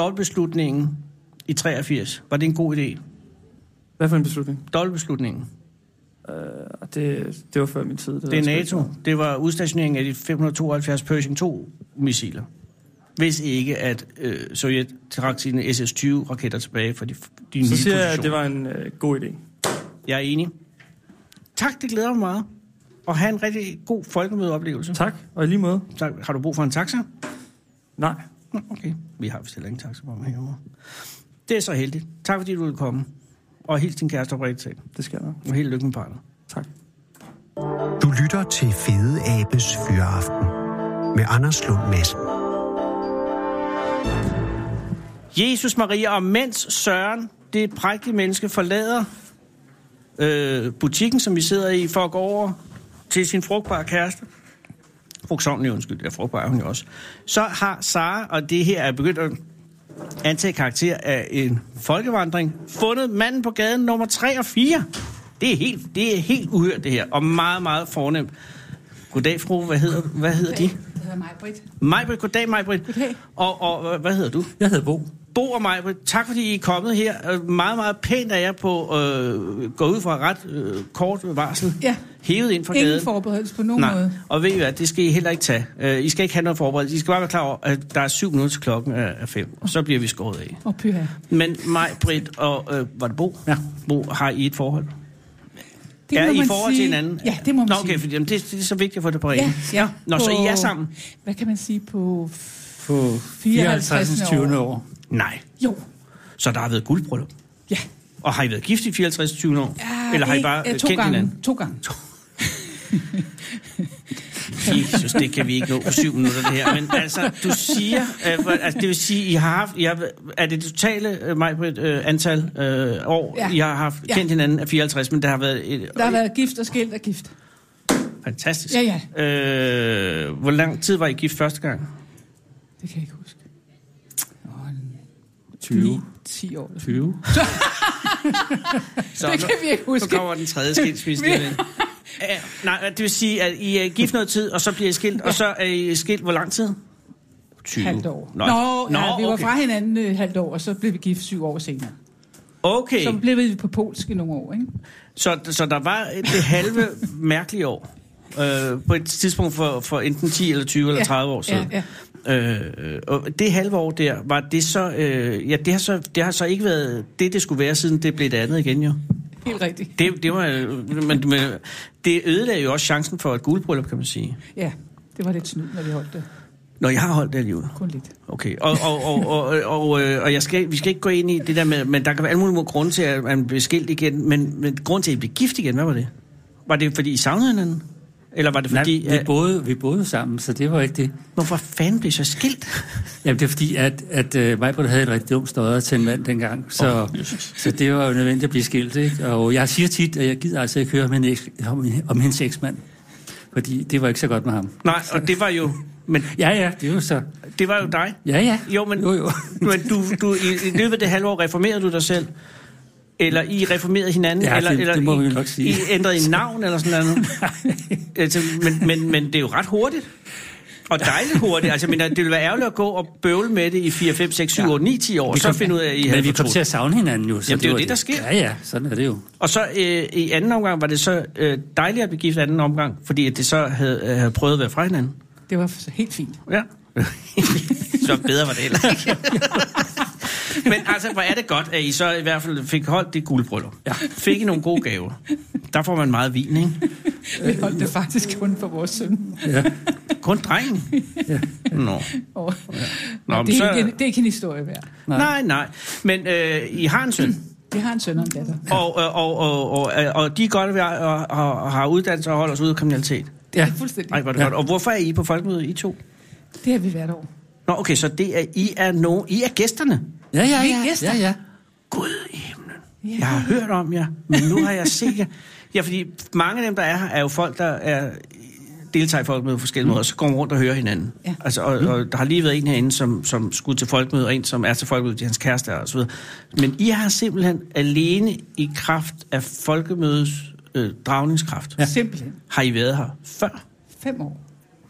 S2: Dobbeltbeslutningen i 83. Var det en god idé?
S6: Hvad for en beslutning?
S2: Dobbeltbeslutningen.
S6: Ah, Det, det var før min tid.
S2: Det er
S6: ved jeg sgu
S2: NATO.
S6: ikke.
S2: Det var udstationeringen af de 572 Pershing 2-missiler. Hvis ikke, at øh, Sovjet trak sine SS-20-raketter tilbage fra de, de nye
S6: Så siger jeg, at
S2: positioner.
S6: det var en øh, god idé.
S2: Jeg er enig. Tak, det glæder mig meget. Og have en rigtig god folkemødeoplevelse.
S6: Tak, og i lige måde.
S2: Tak. Har du brug for en taxa? <laughs>
S6: Nej.
S2: Nå, okay. Vi har vist heller ingen taxa på mig herovre. Det er så heldigt. Tak fordi du ville komme. Og hils din kæreste oprigtigt talt.
S6: Det skal jeg nok.
S2: Og held og lykke med parter.
S6: Tak.
S1: Du lytter til Fede Abes Fyraften med Anders Lund Madsen.
S2: Jesus Maria, og mens Søren, det prægtige menneske, forlader øh, butikken, som vi sidder i, for at gå over til sin frugtbare kæreste, frugtsovnlig, undskyld, ja, frugtbar er hun jo også, så har Sara, og det her er begyndt at antage karakter af en folkevandring, fundet manden på gaden nummer 3 og 4. Det er helt, det er helt uhørt, det her, og meget, meget fornemt. Goddag, fru. Hvad hedder, hvad hedder de?
S8: Det hedder mig, Britt.
S2: Majbrit, goddag, Majbrit.
S8: Goddag.
S2: Og, og øh, hvad hedder du?
S7: Jeg hedder Bo.
S2: Bo og mig, tak fordi I er kommet her. Øh, Meget, meget pænt af jer på, øh, går ud fra ret øh, kort varsel.
S8: Ja.
S2: Hævet ind fra
S8: Ingen
S2: gaden.
S8: forberedelse på nogen
S2: Nej,
S8: måde.
S2: og ved I hvad, det skal I heller ikke tage. Øh, I skal ikke have noget forberedelse. I skal bare være klar over, at der er syv minutter til klokken øh, er er fem, og så bliver vi skåret af.
S8: Og pyha.
S2: Men mig, Britt og, øh, var det Bo?
S7: Ja.
S2: Bo, har I et forhold?
S8: Det
S2: er
S8: må
S2: I
S8: man
S2: forhold
S8: sige-
S2: til hinanden?
S8: Ja, det må man
S2: Nå,
S8: sige.
S2: okay, fordi, jamen, det, det, er så vigtigt at få det på
S8: Ja,
S2: rent.
S8: ja.
S2: Nå, så I er
S8: På-
S2: sammen?
S8: Hvad kan man sige på...
S7: På
S8: 54.
S7: 54. 20. år.
S2: Nej.
S8: Jo,
S2: Så der har været guldbryllup.
S8: ja.
S2: Og har I været gift i 54 20 år?
S8: Ah,
S2: Eller har I
S8: ikke-
S2: bare
S8: ja,
S2: øh,
S8: to
S2: kendt
S8: gange.
S2: hinanden?
S8: To gange.
S2: Jesus, det kan vi ikke nå på syv minutter, det her. Men altså, du siger, øh, hvor- altså, det vil sige, I har haft, I har, er det det totale øh, Majbrit, øh, antal øh, år, ja.
S8: Ja.
S2: I har haft
S8: Ja.
S2: kendt hinanden af 54, men der har været et,
S8: Der har været gift og skilt og gift.
S2: fantastisk.
S8: Ja,
S2: Øh, hvor lang tid var I gift første
S8: <laughs>
S2: gang?
S8: Det kan jeg ikke huske. Åh,
S7: 20.
S8: 10 år.
S7: 20.
S2: Så,
S8: Det kan vi ikke huske.
S2: Nu kommer den tredje skilsmisse.
S8: Vi-
S2: lige lidt. Øh, nej, det vil sige, at I er gift noget tid, og så bliver I skilt, ja. og så er I skilt hvor lang tid? 20.
S8: Halvt år.
S2: Nå, Nå
S8: Nå, ja, vi var
S2: okay.
S8: fra hinanden øh, halvt år, og så blev vi gift syv år senere.
S2: Okay,
S8: Så blev vi på polsk i nogle år, ikke?
S2: Så, så der var det halve mærkelige år, øh, på et tidspunkt for, for enten 10 eller 20 eller
S8: Ja,
S2: 30 år siden.
S8: ja,
S2: Øh, og det halve år der, var det så, øh, ja, det har så, det har så ikke været det, det skulle være, siden det blev det andet igen jo.
S8: Helt rigtigt.
S2: Det, det var, øh, men, men, det ødelagde jo også chancen for et guldbryllup, kan man sige.
S8: Ja, det var lidt snyd, når vi holdt det.
S2: Når jeg har holdt det alligevel.
S8: Kun lidt.
S2: Okay, og, og, og, og, og, øh, og jeg skal, vi skal ikke gå ind i det der med, men der kan være alle mulige mulige grunde til, at man bliver skilt igen, men, men grund til, at I blev gift igen, hvad var det? Var det, fordi I savnede hinanden? Eller var det,
S7: Nej,
S2: fordi... øh,
S7: vi,
S2: at,
S7: boede, vi boede sammen, så det var ikke det.
S2: hvorfor fanden blev I så skilt?
S7: Jamen, det er fordi, at, at uh, Majbert havde et rigtig dumt støder til en mand dengang, så, oh, så det var jo nødvendigt at blive skilt. Ikke? Og jeg siger tit, at jeg gider altså ikke høre om, en eks, om, om hendes eksmand, fordi det var ikke så godt med ham.
S2: Nej, og det var jo... Men
S7: Ja, ja, det var så.
S2: det var jo dig.
S7: Ja, ja.
S2: Jo, men,
S7: Jo, jo.
S2: <laughs> men du, du, i, i løbet af det halve år reformerede du dig selv? Eller I reformerede hinanden?
S7: Ja,
S2: eller,
S7: det-
S2: eller
S7: det må
S2: I,
S7: vi nok sige. <laughs>
S2: I ændrede I navn eller sådan noget? altså, men, men, men det er jo ret hurtigt. Og dejligt hurtigt. Altså, men det ville være ærgerligt at gå og bøvle med det i 4, 5, 6, 7, 8, 9, 10 år, og så finde ud af, at I havde
S7: Men vi kom
S2: fortrudt.
S7: til at savne hinanden jo. Så
S2: Jamen, det er jo
S7: var
S2: det, der sker.
S7: Ja, ja, sådan er det jo.
S2: Og så øh, i anden omgang var det så øh, dejligt at blive gift anden omgang, fordi at det så havde, øh, havde prøvet at være fra hinanden.
S8: Det var f- helt
S2: <laughs>
S8: fint.
S2: Ja. så bedre var det heller ikke. <laughs> Men altså, hvor er det godt, at I så i hvert fald fik holdt det guldbryllup. Ja. Fik I nogle gode gaver. Der får man meget vin, ikke?
S8: Vi holdt det faktisk kun for vores søn.
S2: Kun drengen. Ja. Nå.
S8: Og,
S2: Nå, men
S8: det, er
S2: så-
S8: ikke, en- det er ikke en historie værd.
S2: Nej. nej, nej. Men øh, I har en søn,
S8: Vi har en søn og en datter.
S2: og, og, og, og, og, øh, og de er godt ved at og, og, og har uddannelse og holder sig ude af kriminalitet.
S8: Ja. Det er fuldstændig.
S2: Nej, hvor er det ja. godt. Og hvorfor er I på folkemødet, I to?
S8: Det har vi hvert år.
S2: Nå, okay, så det er, I er, no, I er gæsterne.
S7: Ja, ja,
S8: Vi er
S7: ja.
S8: gæster.
S7: ja, ja.
S2: Gud i himlen. Jeg har hørt om jer, men nu har jeg set jer. Ja, fordi mange af dem, der er her, er jo folk, der er deltager i folkemødet på forskellige måder, og så går man rundt og hører hinanden. Ja.
S8: Ja.
S2: Altså, og, og, der har lige været en herinde, som, som skulle til folkemødet, og en, som er til folkemødet, det er hans kæreste og så videre. Men I har simpelthen alene i kraft af folkemødets øh, dragningskraft, ja.
S8: Ja. Simpelthen.
S2: har I været her før,
S8: Fem år.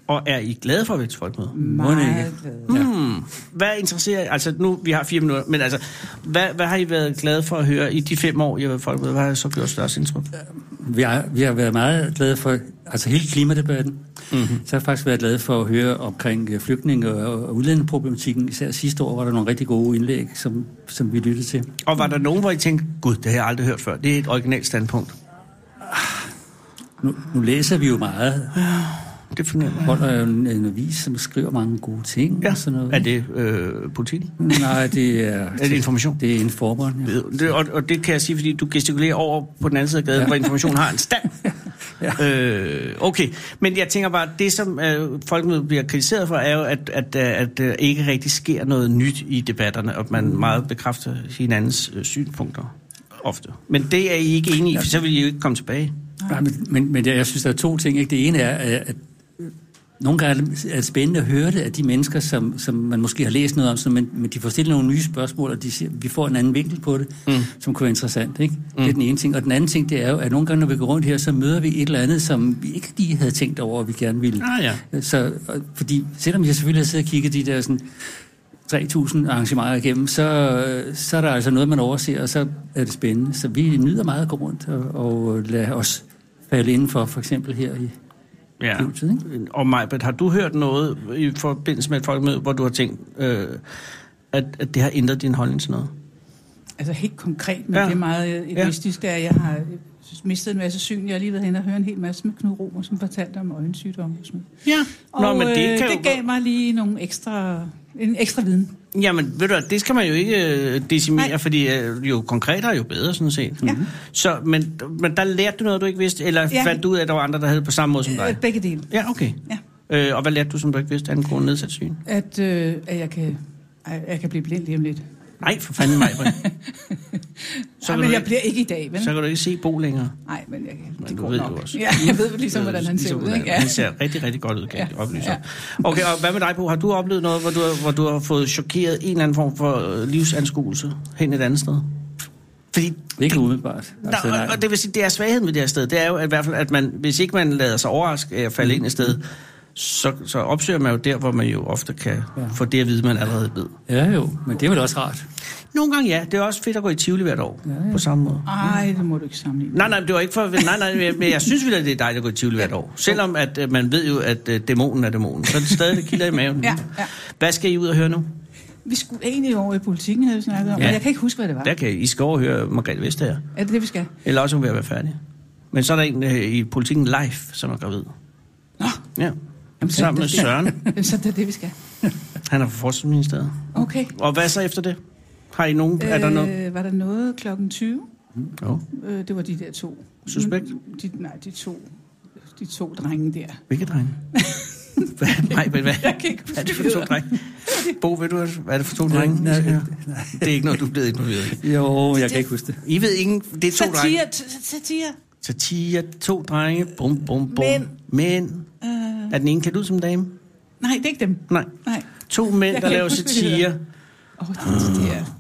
S2: og er I glade for at være til folkemødet?
S8: Meget glade.
S2: altså
S7: Vi har, vi har været meget glade for, altså hele klimadebatten,
S2: Mhm.
S7: mm-hmm. så har jeg faktisk været glad for at høre omkring øh, flygtninge- og, og udlændingeproblematikken. Især sidste år var der nogle rigtig gode indlæg, som, som vi lyttede til.
S2: Og var der nogen, hvor I tænkte, gud, det har jeg aldrig hørt før. Det er et originalt standpunkt.
S7: Nu, nu læser vi jo meget,
S2: Det fornemmer jeg.
S7: holder jo en, en avis, som skriver mange gode ting
S2: Ja,
S7: og sådan noget.
S2: er det øh, politik?
S7: Nej, det er...
S2: Er det information?
S7: Det er informeren, ja.
S2: Øh, Det, og, og det kan jeg sige, fordi du gestikulerer over på den anden side af gaden, ja. hvor information har en stand. ja. øh, okay, men jeg tænker bare, det som øh, folkemødet bliver kritiseret for, er jo, at, at, øh, at øh, ikke rigtig sker noget nyt i debatterne, og at man meget bekræfter hinandens øh, synspunkter ofte. Men det er I ikke enige i, for så vil I jo ikke komme tilbage.
S7: Nej, men, men, men jeg, jeg synes, der er to ting. Ikke? Det ene er, at, at nogle gange er det- er det spændende at høre det af de mennesker, som, som man måske har læst noget om, som, men, men de får stillet nogle nye spørgsmål, og de siger, vi får en anden vinkel på det, mm. som kunne være interessant. Ikke? Mm. Det er den ene ting. Og den anden ting, det er jo, at nogle gange, når vi går rundt her, så møder vi et eller andet, som vi ikke lige havde tænkt over, at vi gerne ville.
S2: Ah, ja.
S7: Så, og- fordi selvom jeg selvfølgelig har siddet og kigget de der sådan, 3.000 arrangementer igennem, så, øh, så er der altså noget, man overser, og så er det spændende. Så vi nyder meget at gå rundt og, og lade os falde indenfor, for eksempel her i
S2: Ja.
S7: Huset, ikke?
S2: Og Majbert, har du hørt noget i forbindelse med et folkemøde, hvor du har tænkt, øh, at, at det har ændret din holdning til noget?
S8: Altså helt konkret, men
S2: Ja.
S8: ja. det er meget øh,
S2: Ja.
S8: egoistisk, det er, at jeg har øh, mistet en masse syn. Jeg har lige været hen og hørt en hel masse med Knud Romer, som fortalte om øjensygdomme og sådan noget.
S2: Ja.
S8: Og Nå, men det, kan øh, det gav mig lige nogle ekstra, en ekstra viden.
S2: Jamen, ved du hvad, det skal man jo ikke øh, decimere, Nej.
S8: Nej.
S2: fordi øh, jo konkretere, er jo bedre, sådan set. Ja. Så, men, men der lærte du noget, du ikke vidste, eller ja.
S8: Ja.
S2: fandt du ud af, at der var andre, der havde det på samme måde som dig?
S8: Øh, Begge dele.
S2: Ja, okay.
S8: Ja.
S2: Øh, og hvad lærte du, som du ikke vidste, angående nedsat syn?
S8: At, øh, at jeg, kan, at jeg kan blive blind lige om lidt. <laughs>
S2: Nej, for fanden mig, Britt. så,
S8: Nej,
S2: kan du
S8: men jeg
S2: ikke,
S8: bliver ikke i dag, <laughs> vel?
S2: så kan du ikke se Bo længere.
S8: Nej, men jeg, kan-
S2: Men
S8: det
S2: du
S8: går
S2: ved
S8: nok.
S2: jo også.
S8: Ja, jeg ved ligesom, hvordan han ser
S2: Ligesom,
S8: ud, ikke?
S2: Ja.
S8: Ja.
S2: Han ser rigtig, rigtig godt ud, kan jeg
S8: Ja.
S2: oplyse.
S8: Ja.
S2: Okay, og hvad med dig, Bo? Har du oplevet noget, hvor du, har- hvor du har fået chokeret en eller anden form for øh, livsanskuelse hen et andet sted? Fordi
S7: Ikke umiddelbart. Altså,
S2: Der, og, og det vil sige, det er svagheden ved det her sted. Det er jo at i hvert fald, at man, hvis ikke man lader sig overraske af at falde ind et sted, så, så opsøger man jo der, hvor man jo ofte kan ja. få det at vide, man allerede ved.
S7: Ja jo, men det er vel også rart.
S2: Nogle gange ja, det er også fedt at gå i Tivoli hvert år, ja, ja. på samme måde.
S8: Ej, det må du ikke sammenligne.
S2: Nej, nej, det var ikke for... Nej, nej, men jeg- men jeg synes vel, at det er dejligt at gå i Tivoli hvert år. Selvom at, øh, man ved jo, at øh, dæmonen er dæmonen. Så er det stadig, det kilder i maven.
S8: Ja, ja.
S2: Hvad skal I ud og høre nu?
S8: Vi skulle egentlig over i politikken, havde vi snakket om,
S2: Ja.
S8: men jeg kan ikke huske, hvad det var.
S2: Der kan I, I skal overhøre Margrethe Vestager.
S8: Er det det, vi skal?
S2: Eller også er hun ved at være færdig. Men så er der en øh, i politikken live, som er gravid.
S8: Nå,
S2: Ja.
S8: Jamen, så er
S2: Sammen med
S8: det der.
S2: Søren.
S8: <laughs> jamen, så er det det, vi skal.
S2: Han er fra Forsvarsministeriet.
S8: Okay.
S2: Og hvad så efter det? Har I nogen? Øh, er der noget?
S8: Øh, var der noget klokken 20?
S2: Jo.
S8: Øh, det var de der to.
S2: Suspekt?
S8: Mm, De, nej, de to, de to drenge der.
S2: Hvilke
S8: <laughs>
S2: drenge? Hvad- Nej, men hvad?
S8: Jeg kan ikke huske,
S2: Hvad er det for
S8: hvad Øh, de
S2: to
S8: hedder.
S2: drenge? Bo, ved du, hvad er det for to drenge?
S7: nej,
S2: vi skal
S7: nej.
S2: høre? Det er ikke noget, du er blevet involveret i.
S7: Jo, jeg kan ikke huske det.
S2: I ved ingen, det er to drenge.
S8: Satire, t- satire.
S2: Satire, to drenge, bum, bum, bum.
S8: Mænd.
S2: Mænd.
S8: Øh,
S2: Er den ene klædt ud som dame?
S8: nej, det er ikke dem.
S2: Nej.
S8: Nej.
S2: To mænd,
S8: Jeg
S2: der
S8: kan
S2: laver
S8: ikke huske, hvad de
S2: satire.
S8: Åh, oh, de der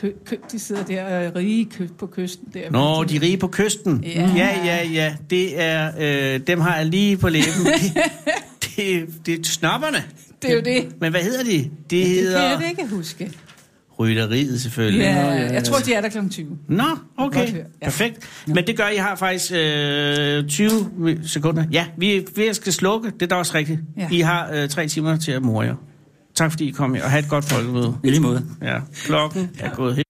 S8: kø, kø, de sidder der og er rige kø, på kysten der.
S2: Nå, de rige på kysten.
S8: Ja. <laughs>
S2: ja, ja. ja. Det er, øh, dem har jeg lige på læben. det, det, det, det er snopperne.
S8: Det er jo det.
S2: Men hvad hedder de? De
S8: Det kan
S2: hedder
S8: jeg da ikke huske.
S2: rytteriet selvfølgelig.
S8: Ja,
S7: ja,
S8: jeg tror, de er der kl. 20.
S2: Nå,
S8: Godt
S2: okay.
S8: hørt. Ja.
S2: Perfekt. Men det gør, at I har faktisk øh, 20 mi- sekunder. Ja, vi, vi skal slukke. Det er da også rigtigt.
S8: Ja.
S2: I har øh, tre timer til at more jer. Tak fordi I kom her, og have et godt folkemøde.
S7: I lige måde.
S2: Ja. Klokken er gået helt.